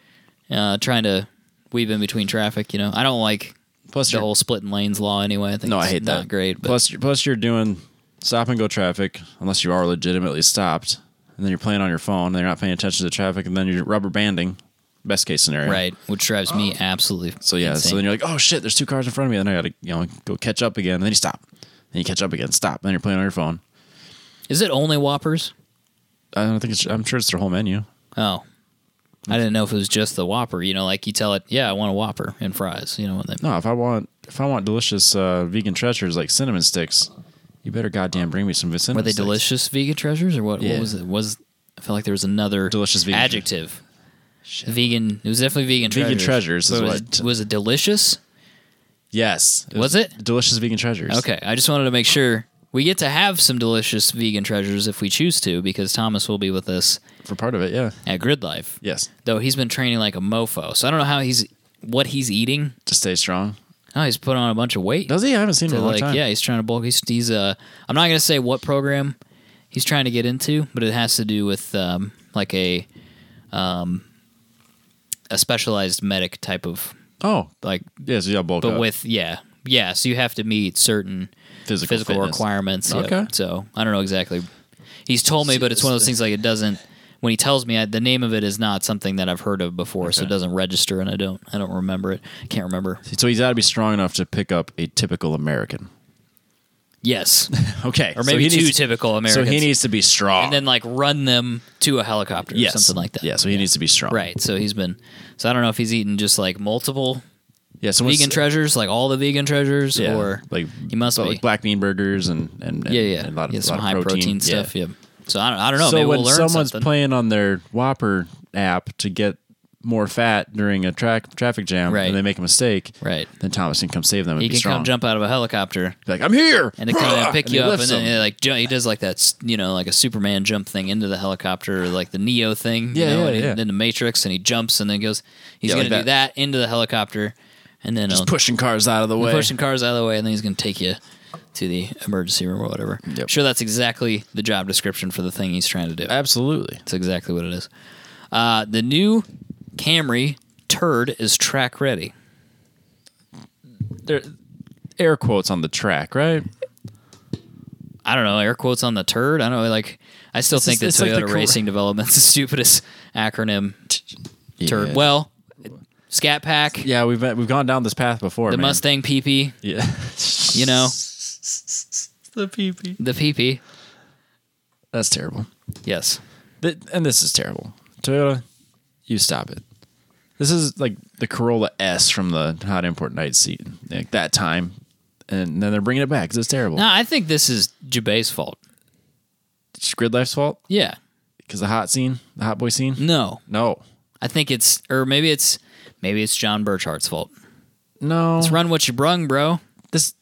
A: uh, trying to weave in between traffic. You know, I don't like
B: Plus
A: the
B: you're-
A: whole splitting lanes law anyway. I think
B: No,
A: it's
B: I hate
A: not
B: that.
A: Great, but
B: Plus, you're, plus you're doing stop and go traffic unless you are legitimately stopped, and then you're playing on your phone. And you're not paying attention to the traffic, and then you're rubber banding. Best case scenario,
A: right, which drives me absolutely.
B: Uh, So yeah,
A: insane.
B: so then you're like, oh shit, there's two cars in front of me, and then I gotta you know go catch up again. And then you stop, and you catch up again, stop, and then you're playing on your phone.
A: Is it only Whoppers?
B: I don't think it's. I'm sure it's their whole menu.
A: Oh, I didn't know if it was just the Whopper. You know, like you tell it, yeah, I want a Whopper and fries. You know, and then,
B: No, if I want if I want delicious uh, vegan treasures like cinnamon sticks, you better goddamn bring me some cinnamon.
A: were they
B: sticks.
A: delicious vegan treasures or what?
B: Yeah.
A: What was it? Was I feel like there was another
B: Delicious vegan treasure.
A: adjective. Vegan. It was definitely vegan.
B: Vegan
A: treasures
B: treasures is
A: But was,
B: what-
A: it- was it delicious?
B: Yes.
A: Was it?
B: delicious vegan treasures?
A: Okay, I just wanted to make sure we get to have some delicious vegan treasures if we choose to, because Thomas will be with us
B: for part of it, yeah.
A: at Grid Life.
B: Yes,
A: Though he's been training like a mofo, so I don't know how he's what he's eating.
B: to stay strong.
A: Oh, he's put on a bunch of weight.
B: Does he? I haven't seen him in
A: to,
B: a long
A: like
B: time.
A: yeah he's trying to bulk he's, he's uh i'm not gonna say what program he's trying to get into but it has to do with um like a um a specialized medic type of
B: Oh,
A: like
B: yes, yeah, bulk
A: but
B: up.
A: with yeah yeah so you have to meet certain
B: physical,
A: physical
B: fitness.
A: requirements yeah.
B: Okay.
A: so i don't know exactly he's told me but it's one of those things like it doesn't when he tells me I, the name of it is not something that i've heard of before so it
B: Okay.
A: doesn't register and i don't i don't remember it I can't remember
B: So he's got to be strong enough to pick up a typical American.
A: yes
B: Okay,
A: or maybe
B: so
A: two
B: he needs,
A: typical
B: So
A: americans
B: he needs to be strong.
A: and then like run them to a helicopter
B: yes.
A: or something like that.
B: Yeah, so he needs to be strong.
A: Right. So he's been. So I don't know if he's eaten just like multiple
B: Yeah. So
A: vegan
B: once-
A: treasures, like all the vegan treasures,
B: yeah,
A: or
B: like
A: he must
B: but
A: be.
B: like black bean burgers and and, and
A: yeah, yeah,
B: and a lot of
A: yeah,
B: a
A: some
B: lot of
A: high protein,
B: Yeah.
A: stuff. Yeah. So I don't, I don't know.
B: so
A: Oh, maybe
B: when
A: we'll learn
B: someone's
A: something.
B: playing on their Whopper app to get more fat during a track traffic jam
A: Right.
B: and they make a mistake,
A: Right.
B: then Thomas can come save them and
A: he
B: be
A: can
B: strong.
A: come jump out of a helicopter.
B: Be like I'm here,
A: And they come and
B: Rah!
A: pick
B: he
A: you up, and
B: lifts
A: then
B: them.
A: yeah, like ju- he does like that, s- you know, like a Superman jump thing into the helicopter, or like the Neo thing, you
B: Yeah,
A: know,
B: yeah,
A: and he-
B: yeah.
A: in the Matrix, and he jumps and then goes, he's
B: Yeah,
A: gonna
B: like
A: do that into the helicopter, and then
B: just
A: he'll-
B: pushing cars out of the way.
A: pushing cars out of the way, and then he's going to take you to the emergency room or whatever.
B: Yep.
A: Sure, that's exactly the job description for the thing he's trying to do.
B: Absolutely.
A: That's exactly what it is. Uh, the new Camry turd is track ready.
B: There, air quotes on the track, right?
A: I don't know air quotes on the turd. I don't know, like. I still think
B: just-
A: that
B: it's
A: Toyota
B: like the cool-
A: Racing Development's the stupidest acronym. Turd.
B: Yeah.
A: Well, Scat Pack,
B: Yeah, we've we've gone down this path before.
A: the
B: man.
A: Mustang PP,
B: Yeah.
A: you know,
B: the PP.
A: the PP.
B: That's terrible.
A: Yes.
B: Th- and this is terrible. Toyota, you stop it. This is like the Corolla S from the hot import night seat, like that time, and then they're bringing it back 'cause it's terrible.
A: No, I think this is Jabet's fault.
B: It's Grid Life's fault
A: Yeah.
B: because the hot scene, the hot boy scene.
A: No.
B: No,
A: I think it's, or maybe it's, maybe it's John Burchart's fault.
B: no.
A: It's run what you brung, bro.
B: This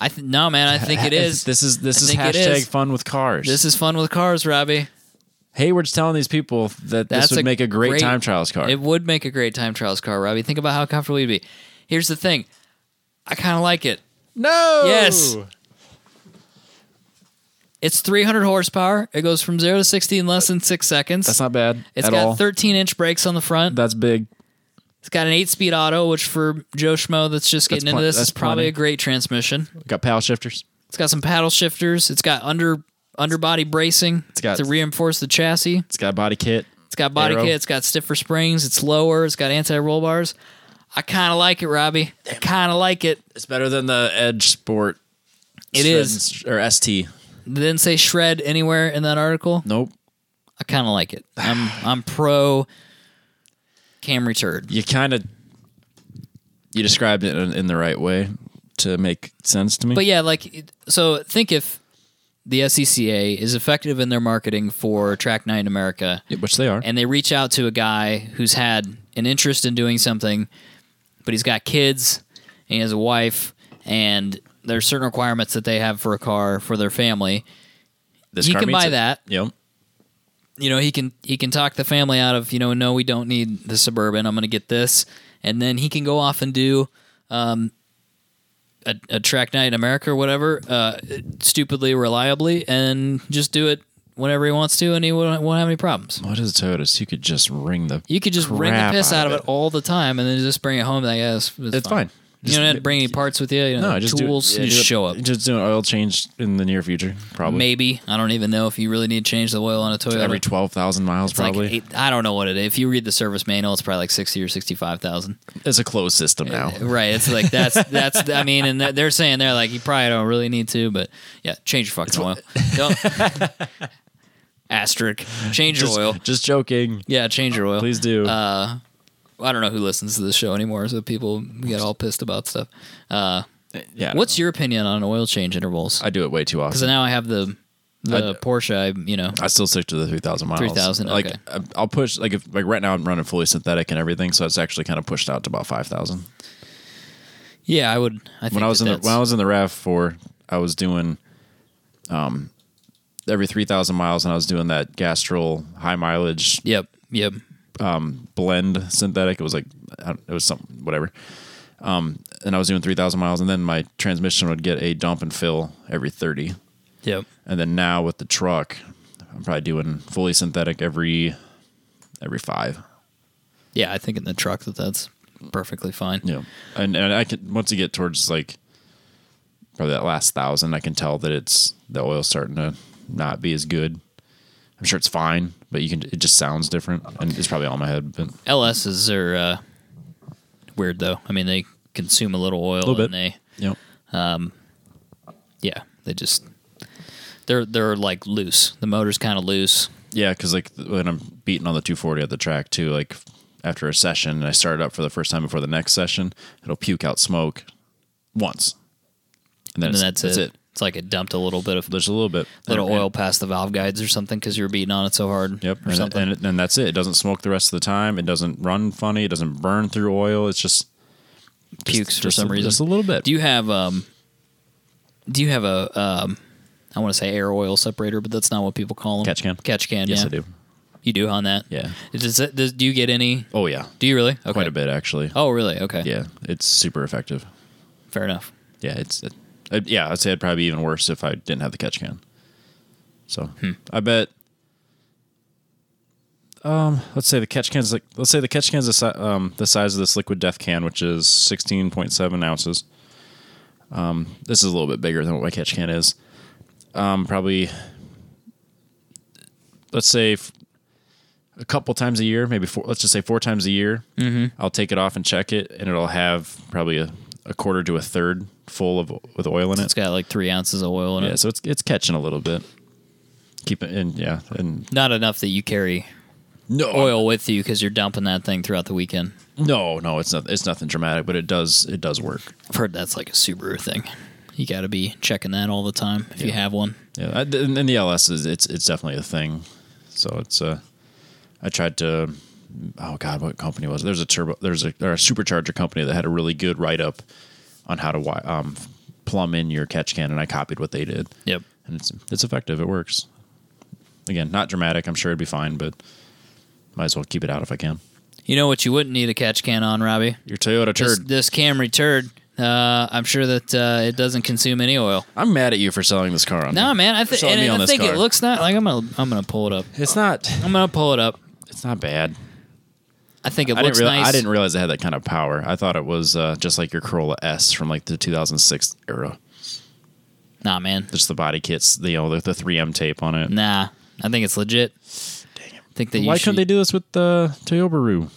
A: I th- no, man. I think it is.
B: This is this
A: I
B: is
A: think it
B: hashtag
A: is.
B: fun with cars.
A: This is fun with cars, Robbie.
B: Hayward's telling these people that this would make a great, time trials car.
A: It would make a great time trials car, Robbie. Think about how comfortable you'd be. Here's the thing. I kind of like it.
B: no.
A: Yes. It's 300 horsepower. It goes from 0 to 60 in less than 6 seconds.
B: That's not bad
A: It's
B: at
A: got
B: all.
A: 13-inch brakes on the front.
B: that's big.
A: It's got an eight-speed auto, which for Joe Schmo that's just getting
B: That's
A: into
B: plen-
A: this
B: that's
A: is probably
B: plenty.
A: a great transmission.
B: Got paddle shifters.
A: It's got some paddle shifters. It's got under underbody bracing it's
B: got-
A: to reinforce the chassis.
B: It's got a body kit.
A: It's got body
B: Aero.
A: kit. It's got stiffer springs. It's lower. It's got anti-roll bars. I kind of like it, Robbie. I kind of like it.
B: It's better than the Edge Sport.
A: It is.
B: or ST.
A: They didn't say shred anywhere in that article.
B: Nope.
A: I kind of like it. I'm I'm pro Camry turd.
B: You kind of you described it in, in the right way to make sense to me.
A: But yeah, like it- so think if the SCCA is effective in their marketing for Track 9 America
B: Yeah, which they are.
A: and they reach out to a guy who's had an interest in doing something, but he's got kids and he has a wife, and there's certain requirements that they have for a car for their family.
B: This
A: you
B: car
A: can
B: meets
A: buy
B: it.
A: that.
B: Yep.
A: You know, he can he can talk the family out of you know, no, we don't need the suburban. I'm going to get this, and then he can go off and do. Um, a, a track night in America or whatever, uh, stupidly reliably, and just do it whenever he wants to, and he won't, won't have any problems.
B: What is Toyota's? You could just ring the.
A: You could just wring the
B: crap
A: piss out of it.
B: it.
A: all the time, and then just bring it home. Like, yeah, it's, it's,
B: It's fine.
A: You don't have to bring any parts with you. you
B: No,
A: no,
B: I just do-
A: tools.
B: yeah,
A: you just
B: do it-
A: show up.
B: Just do an oil change in the near future, probably.
A: Maybe I don't even know if you really need to change the oil on a Toyota.
B: Every twelve thousand miles,
A: It's like
B: probably.
A: eight- I don't know what it is. If you read the service manual, it's probably like sixty or sixty-five thousand.
B: it's a closed system now.
A: Right? It's like that's that's. I mean, and that- they're saying they're like you probably don't really need to, but yeah, change your fucking oil. Don't. Asterisk. Change your
B: Just,
A: oil. Uh,
B: just joking.
A: Yeah, change your oil.
B: Please do.
A: I don't know who listens to this show anymore, so people get all pissed about stuff. Uh,
B: yeah.
A: What's your opinion on oil change intervals?
B: I do it way too often.
A: So now I have the the Porsche. I you know
B: I still stick to the 3,000 miles.
A: 3,000,
B: Like
A: okay.
B: I- I'll push like if like right now I'm running fully synthetic and everything, so it's actually kind of pushed out to about 5,000.
A: yeah I would. I think
B: When I was
A: that
B: in the
A: that's-
B: when I was in the RAV four, I was doing um every 3,000 miles, and I was doing that Gastrol high mileage
A: yep yep
B: blend synthetic. It was like I don't- it was something whatever. Um, and I was doing 3,000 miles, and then my transmission would get a dump and fill every 30.
A: yep
B: and then now with the truck i'm probably doing fully synthetic every every five
A: yeah I think in the truck that that's perfectly fine.
B: yeah and, and i can once you get towards like probably that last thousand i can tell that it's the oil's starting to not be as good i'm sure it's fine but you can it just sounds different and it's probably all in my head but
A: LSs are uh, weird though. I mean they consume a little oil
B: Little
A: and they
B: yeah
A: yeah they just they're they're like loose. The motor's kind of loose.
B: yeah because like when i'm beating on the 240 at the track too like after a session and i start it up for the first time before the next session it'll puke out smoke once and then
A: And
B: it's-
A: that's, it. It's like it dumped a little bit of
B: There's a little bit
A: little
B: And- and-
A: oil past the valve guides or something because you were beating on it so hard.
B: Yep,
A: or
B: and,
A: something.
B: and and that's it. It doesn't smoke the rest of the time. It doesn't run funny. It doesn't burn through oil. It's just
A: pukes for
B: just
A: some
B: a-
A: reason.
B: just a little bit.
A: Do you have um? Do you have a um? I want to say air oil separator, but that's not what people call them.
B: Catch can.
A: Catch can.
B: yes,
A: yeah.
B: I do.
A: You do on that.
B: Yeah.
A: Does it, does, do you get any?
B: Oh yeah,
A: Do you really? Okay.
B: quite a bit actually.
A: Oh, really? Okay.
B: Yeah, it's super effective.
A: Fair enough.
B: Yeah, it's it, uh, yeah. I'd say it'd probably be even worse if I didn't have the catch can. So I bet. Um, let's say the catch can's like let's say the catch can's the, si- um, the size of this liquid death can, which is sixteen point seven ounces. Um, this is a little bit bigger than what my catch can is. Um, probably. Let's say f- a couple times a year, maybe four. Let's just say four times a year. Mm-hmm. I'll take it off and check it, and it'll have probably a, a quarter to a third full of with oil in
A: It's
B: it.
A: got like three ounces of oil in
B: Yeah,
A: it.
B: so it's it's catching a little bit. Keep it in, yeah, and
A: Not enough that you carry
B: no
A: oil with you because you're dumping that thing throughout the weekend.
B: No, no, it's not. It's nothing dramatic, but it does it does work.
A: I've heard that's like a Subaru thing. You got to be checking that all the time if you have one.
B: Yeah, I- and and the LS is it's it's definitely a thing. So it's uh, I tried to. Oh God, what company was it? There's a turbo. There's a or a supercharger company that had a really good write up on how to wi- um plumb in your catch can, and I copied what they did.
A: Yep.
B: and it's it's effective. It works. Again, not dramatic. I'm sure it'd be fine, but might as well keep it out if I can.
A: You know what you wouldn't need a catch can on, Robbie?
B: Your Toyota
A: This,
B: turd.
A: this Camry turd. Uh, I'm sure that uh, it doesn't consume any oil.
B: I'm mad at you for selling this car on.
A: No,
B: me.
A: man. I, th-
B: Selling
A: and
B: me on
A: I
B: this
A: think
B: car.
A: it looks not like I'm gonna. I'm gonna pull it up.
B: It's not.
A: I'm gonna pull it up.
B: It's not bad.
A: I think it
B: I
A: looks
B: didn't, reali-
A: nice.
B: I didn't realize it had that kind of power. I thought it was uh, just like your Corolla S from like the 2006 era.
A: Nah, man.
B: Just the body kits, the you know, the, the 3M tape on it.
A: Nah, I think it's legit. I think that you
B: Why
A: should,
B: couldn't they do this with the Toyobaru?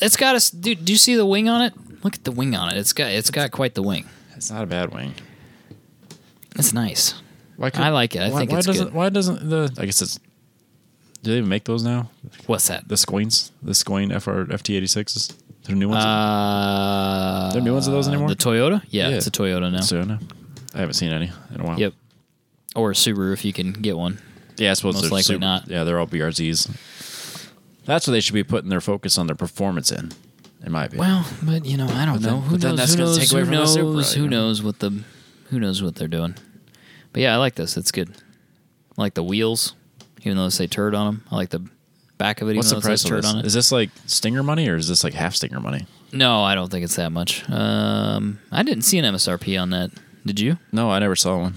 A: It's got a s- dude. Do you see the wing on it? Look at the wing on it. It's got it's got quite the wing.
B: It's not a bad wing.
A: It's nice.
B: Why
A: I like it. I
B: why,
A: think
B: why
A: it's
B: doesn't
A: good.
B: why doesn't the I guess it's do they even make those now?
A: What's that?
B: The Scoins, the Scoin FR FT86s, the new ones.
A: Uh,
B: There are new ones of those anymore?
A: The Toyota? Yeah,
B: Yeah.
A: it's a Toyota now.
B: so no, I haven't seen any in a while.
A: Yep. Or a Subaru if you can get one.
B: Yeah, I suppose
A: Most
B: they're
A: likely
B: super-
A: not.
B: Yeah, they're all BRZs. That's what they should be putting their focus on their performance in, in my opinion.
A: Well, but you know, I don't
B: But then-
A: know. Who
B: but then
A: knows?
B: that's
A: who
B: gonna
A: knows?
B: take away
A: Who
B: from the
A: knows?
B: Supra,
A: who
B: you know?
A: knows what the who knows what they're doing? But yeah, I like this. It's good. I like the wheels, even though they say turd on them. I like the back of it.
B: What's
A: even
B: the
A: though it says
B: price
A: turd
B: of this?
A: on it.
B: Is this like stinger money or is this like half stinger money?
A: No, I don't think it's that much. Um, I didn't see an MSRP on that. Did you?
B: No, I never saw one.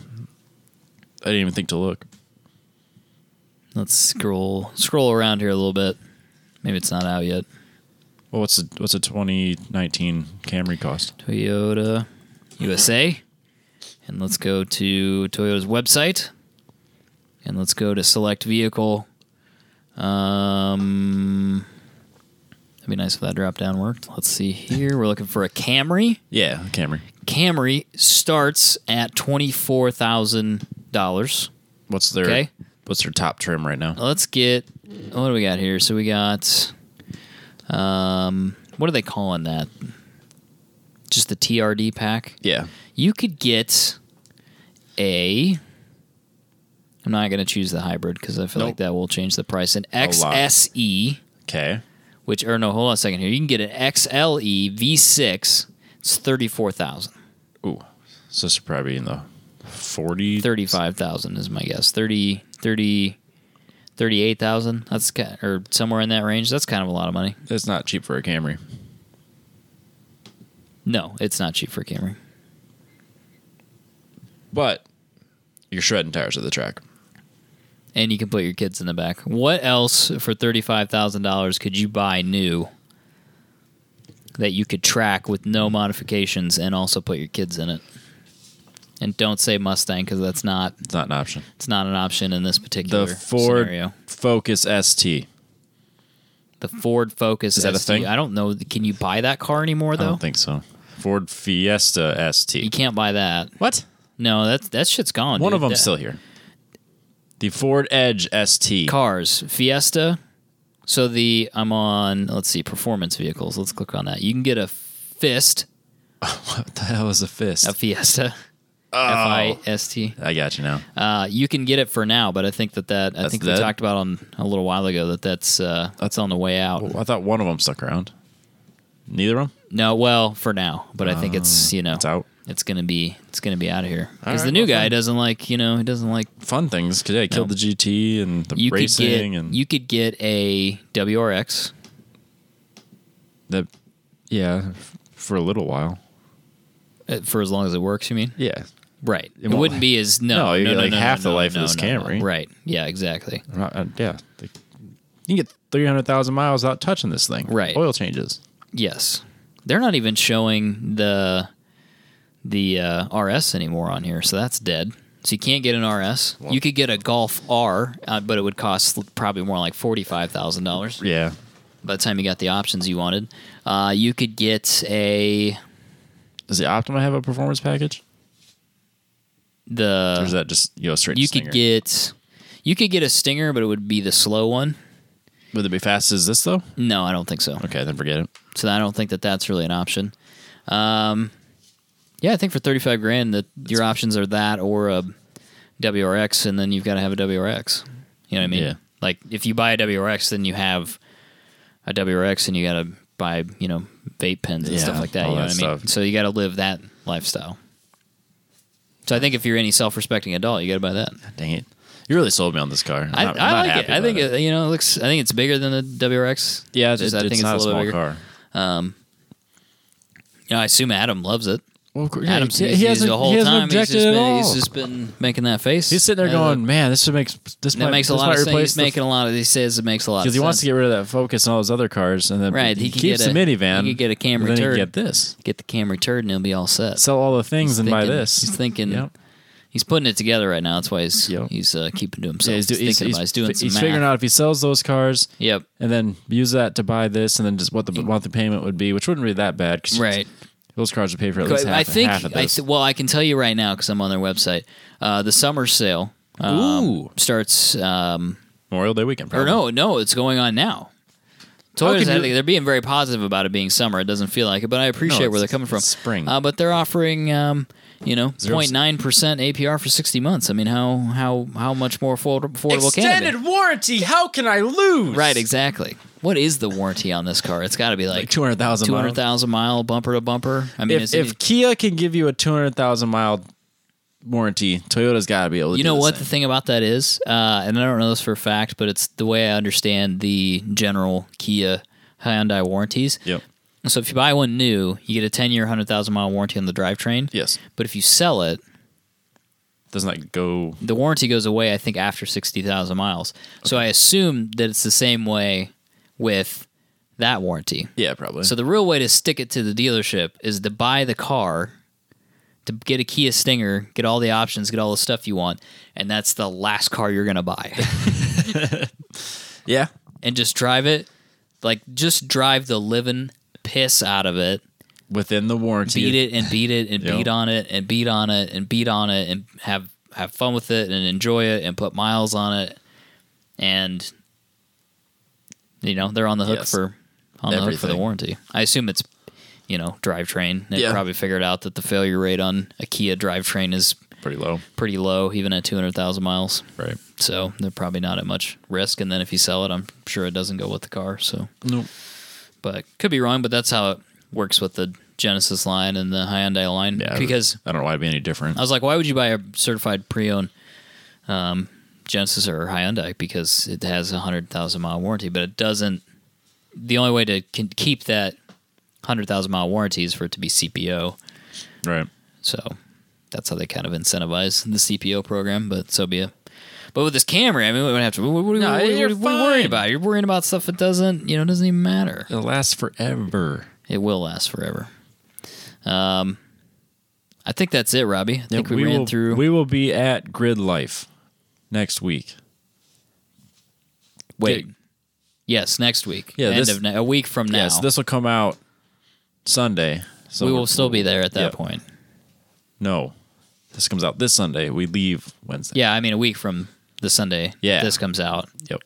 B: I didn't even think to look.
A: Let's scroll scroll around here a little bit. Maybe it's not out yet.
B: Well, what's the what's a 2019 Camry cost?
A: Toyota USA. And let's go to Toyota's website. And let's go to select vehicle. Um, it'd be nice if that drop down worked. Let's see here. We're looking for a Camry.
B: Yeah, Camry.
A: Camry starts at $24,000.
B: What's their
A: Okay.
B: what's their top trim right now?
A: Let's get. What do we got here? So we got. Um, what are they calling that? Just the TRD pack?
B: Yeah,
A: you could get a I'm not going to choose the hybrid because I feel
B: Nope.
A: like that will change the price. An
B: lot.
A: XSE,
B: okay.
A: which or no, hold on a second here. You can get an XLE V6. It's thirty four thousand.
B: Ooh, so this should probably be in the 40
A: Thirty five thousand is my guess. 30, 30 38,000. That's ki or somewhere in that range. That's kind of a lot of money.
B: It's not cheap for a Camry.
A: No, it's not cheap for Camry.
B: But you're shredding tires at the track.
A: And you can put your kids in the back. What else for thirty five thousand dollars could you buy new that you could track with no modifications and also put your kids in it? And don't say Mustang because that's not
B: It's not an option.
A: it's not an option in this particular
B: The Ford
A: scenario.
B: Focus ST.
A: The Ford Focus
B: Is that a
A: ST.
B: thing?
A: I don't know. Can you buy that car anymore
B: I
A: though?
B: don't think so. Ford Fiesta
A: you
B: ST.
A: can't buy that.
B: What?
A: No, that's that shit's gone.
B: One
A: dude.
B: of them's
A: That-
B: still here. The Ford Edge ST.
A: cars fiesta so the i'm on let's see performance vehicles let's click on that you can get a fist
B: What the hell is a fist?
A: a fiesta f-i-s-t
B: I got you now.
A: uh, you can get it for now but i think that that i think we
B: dead?
A: talked about on a little while ago that that's uh, that's on the way out
B: I thought one of them stuck around. Neither of them.
A: no well for now but i think it's you know
B: Oh. It's out.
A: it's gonna be it's gonna be out of here because
B: right,
A: the new
B: well,
A: guy
B: fine.
A: doesn't like you know he doesn't like
B: Fun things because yeah, I killed
A: No.
B: the GT and the
A: you could
B: racing
A: get
B: and
A: you could get a wrx
B: the yeah f- for a little while.
A: uh, for as long as it works you mean
B: Yeah,
A: Right. It,
B: won't-
A: wouldn't be as no.
B: No, you
A: no,
B: get,
A: no,
B: like,
A: no,
B: half
A: no,
B: the
A: no,
B: life of
A: no,
B: this
A: no.
B: Camry.
A: Right. Yeah. Exactly.
B: I'm not- uh, yeah. Like, you can get three hundred thousand miles without touching this thing.
A: Right.
B: Oil changes.
A: Yes. They're not even showing the the uh, RS anymore on here, so that's dead. So you can't get an RS. you could get a Golf R, uh, but it would cost probably more like forty five thousand dollars
B: Yeah.
A: by the time you got the options you wanted. Uh, you could get a
B: Does the Optima have a performance package?
A: the
B: Or is that just you know straight? to
A: you
B: Stinger?
A: could get you could get a Stinger, but it would be the slow one.
B: Would it be fast as this though?
A: No, I don't think so.
B: Okay, then forget it.
A: so I don't think that that's really an option. Um, yeah, I think for thirty five grand, that your options are that or a WRX, and then you've got to have a WRX. You know what I mean?
B: Yeah.
A: Like if you buy a WRX, then you have a WRX, and you got to buy you know vape pens and
B: Yeah,
A: stuff like that.
B: all
A: You know
B: that
A: what I mean?
B: stuff.
A: So you got to live that lifestyle. So I think if you're any self respecting adult, you got to buy that.
B: Dang it. You really sold me on this car. I'm
A: I,
B: not- I'm
A: I
B: not
A: like
B: happy
A: it. I
B: about
A: think it. you know it looks. I think it's bigger than the WRX.
B: Yeah, it's,
A: Just,
B: it's, not a,
A: little
B: small
A: bigger.
B: car.
A: You know, I assume Adam loves it.
B: Well, of course,
A: Adam sees these the whole time. he's, just been, he's just been making that face.
B: He's sitting there
A: Uh,
B: going, "Man, this makes this
A: That
B: might,
A: makes a
B: this
A: lot of
B: might
A: sense.
B: replace
A: He's making a lot of. He says it makes a lot of
B: because he wants to
A: sense.
B: get rid of that Focus and all those other cars, and then
A: Right,
B: he,
A: he could
B: keeps
A: get
B: the
A: a-
B: minivan.
A: he could get a Camry
B: but then he could
A: turd.
B: get this,
A: get the camera turd and he'll be all set.
B: sell all the things, and buy
A: thinking-
B: this.
A: He's thinking.
B: Yep.
A: He's putting it together right now. That's why he's
B: Yep.
A: he's uh, keeping to himself.
B: Yeah, he's, do-
A: he's,
B: he's,
A: thinking about. it. He's doing
B: he's
A: some math.
B: figuring out if he sells those cars,
A: Yep.
B: and then use that to buy this, and then just what the what the payment would be, which wouldn't be that bad. 'cause
A: Right.
B: those cars would pay for at least half,
A: I think.
B: half of
A: I
B: this.
A: th- well, I can tell you right now because I'm on their website. Uh, the summer sale um,
B: Ooh.
A: starts. Um,
B: Memorial Day weekend,
A: or
B: probably.
A: no, no, it's going on now.
B: Um, can
A: Toyota's, I
B: you-
A: think they're being very positive about it being summer. It doesn't feel like it, but I appreciate
B: it's-
A: where they're coming from.
B: it's spring.
A: uh, but they're offering, um, you know,
B: Zero-
A: 0.9 percent APR for 60 months. I mean, how how how much more afford- affordable can it be?
B: warranty. How can I lose?
A: Right, exactly. What is the warranty on this car? It's got to be like,
B: Like 200,000 miles.
A: 200,000 mile bumper to bumper. I mean,
B: If,
A: is
B: if
A: it,
B: Kia can give you a 200,000 mile warranty, Toyota's got to be able to
A: You
B: do
A: know
B: the
A: what the
B: same.
A: thing about that is, uh, and I don't know this for a fact, but it's the way I understand the general Kia Hyundai warranties.
B: Yep.
A: So if you buy one new, you get a ten year, hundred thousand mile warranty on the drivetrain.
B: Yes.
A: But if you sell it,
B: Doesn't that go.
A: the warranty goes away. I think after sixty thousand miles. So I assume that it's the same way with that warranty.
B: Yeah, probably.
A: So the real way to stick it to the dealership is to buy the car, to get a Kia Stinger, get all the options, get all the stuff you want, and that's the last car you're gonna buy.
B: yeah.
A: and just drive it, like just drive the living piss out of it,
B: Within the warranty.
A: beat it and beat it and
B: Yeah.
A: beat on it and beat on it and beat on it and have have fun with it and enjoy it and put miles on it, and you know they're on the hook
B: Yes.
A: for on the hook for the
B: Everything.
A: warranty. I assume it's you know drivetrain. They
B: Yeah.
A: probably figured out that the failure rate on a Kia drivetrain is
B: Pretty low.
A: pretty low, even at two hundred thousand miles.
B: Right.
A: So they're probably not at much risk. And then if you sell it, I'm sure it doesn't go with the car. So
B: Nope.
A: but could be wrong. But that's how it works with the Genesis line and the Hyundai line.
B: Yeah.
A: because
B: I don't know why it'd be any different.
A: I was like, why would you buy a certified pre-owned um, Genesis or Hyundai? Because it has a hundred thousand mile warranty, but it doesn't. The only way to can keep that hundred thousand mile warranty is for it to be CPO.
B: right.
A: So that's how they kind of incentivize the CPO program. But so be it. But with this camera, I mean, we would have to. What, what,
B: No,
A: what, what,
B: you're
A: what, are you worried
B: fine.
A: about? You're worrying about stuff that doesn't, you know, doesn't even matter.
B: It'll last forever.
A: It will last forever. Um, I think that's it, Robbie. I think we, ran
B: will,
A: through.
B: We will be at Grid Life next week.
A: wait, yes, next week.
B: Yeah,
A: end
B: this-
A: of ne- a week from now.
B: Yes, this will come out Sunday. So
A: we will still be there at that
B: yeah.
A: point.
B: No, this comes out this Sunday. We leave Wednesday.
A: Yeah, I mean, a week from the Sunday.
B: Yeah.
A: this comes out.
B: Yep.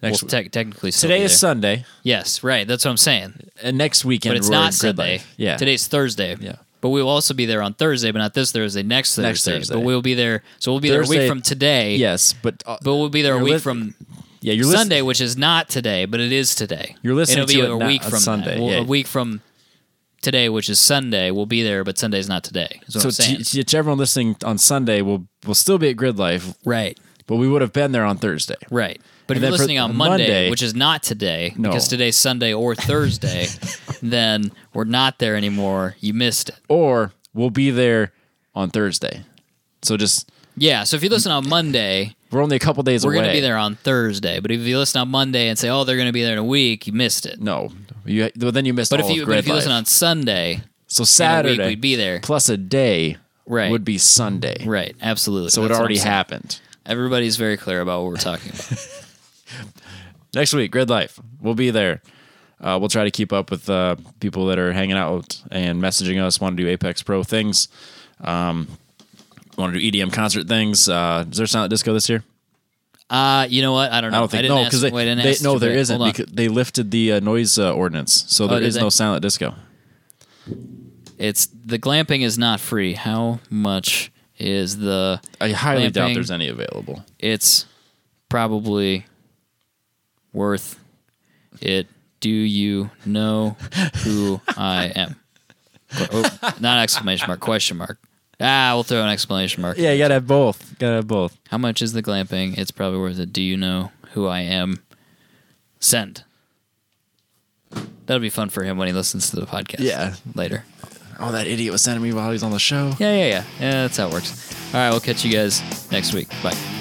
A: We'll
B: Next week.
A: te- technically still
B: today
A: be
B: is
A: there.
B: Sunday,
A: yes, right. That's what I'm saying.
B: and next weekend.
A: but it's
B: we're in
A: not
B: Grid
A: Sunday.
B: Life. Yeah.
A: today's Thursday.
B: Yeah.
A: but we will also be there on Thursday, but not this Thursday. Next Thursday.
B: Next Thursday.
A: But we'll be there. So we'll be there a
B: Thursday-
A: week from today.
B: Yes, but uh,
A: but we'll be there a
B: You're
A: week
B: lis-
A: from
B: yeah, you're listening-
A: Sunday, which is not today, but it is today.
B: You're listening
A: And it'll
B: to
A: be
B: it
A: a
B: now-
A: week
B: on
A: from
B: Sunday,
A: That. Well,
B: yeah.
A: A week from today, which is Sunday, we'll be there, but Sunday's not today. Is what
B: So
A: I'm saying.
B: to, to- to everyone listening on Sunday, will will still be at Grid Life,
A: right,
B: but we would have been there on Thursday.
A: right. But if
B: And
A: you're
B: then for-
A: listening on
B: on
A: Monday,
B: Monday-
A: which is not today,
B: No.
A: because today's Sunday or Thursday, then we're not there anymore. You missed it.
B: Or we'll be there on Thursday. So just
A: Yeah. So if you listen on Monday,
B: we're only a couple days
A: we're
B: away.
A: going to be there on Thursday. But if you listen on Monday and say, "Oh, they're going to be there in a week," you missed it.
B: No, you well, then you missed
A: But
B: all
A: if you
B: of
A: but
B: Grid
A: if you
B: Life.
A: listen on Sunday,
B: so
A: in a
B: Saturday
A: week, we'd be there.
B: plus a day
A: Right.
B: would be Sunday.
A: Right. Absolutely.
B: So it
A: That's what I'm
B: already
A: saying.
B: happened.
A: Everybody's very clear about what we're talking about.
B: next week grid life we'll be there uh, we'll try to keep up with uh, people that are hanging out and messaging us want to do apex pro things um, want to do edm concert things uh, is there silent disco this year
A: Uh, you know what? I don't know.
B: i don't think
A: didn't
B: no
A: ask-
B: because they,
A: wait, I didn't
B: they-
A: ask
B: no
A: you,
B: there
A: but-
B: isn't
A: hold on. Oh,
B: because they lifted the uh, noise uh, ordinance so there
A: did
B: is no
A: they?
B: silent disco
A: It's the glamping is not free. How much is the?
B: i highly doubt
A: Glamping.
B: there's any available
A: It's probably worth it. Do you know who I am? Qu- oh, not exclamation mark. Question mark. Ah, we'll throw an explanation mark.
B: Yeah, you gotta have both. Gotta have both.
A: How much is the glamping? It's probably worth it. Do you know who I am? Send. That'll be fun for him when he listens to the podcast.
B: Yeah.
A: Later.
B: Oh, that idiot was sending me while he was on the show.
A: Yeah, yeah, yeah. Yeah, that's how it works. All right, we'll catch you guys next week. Bye.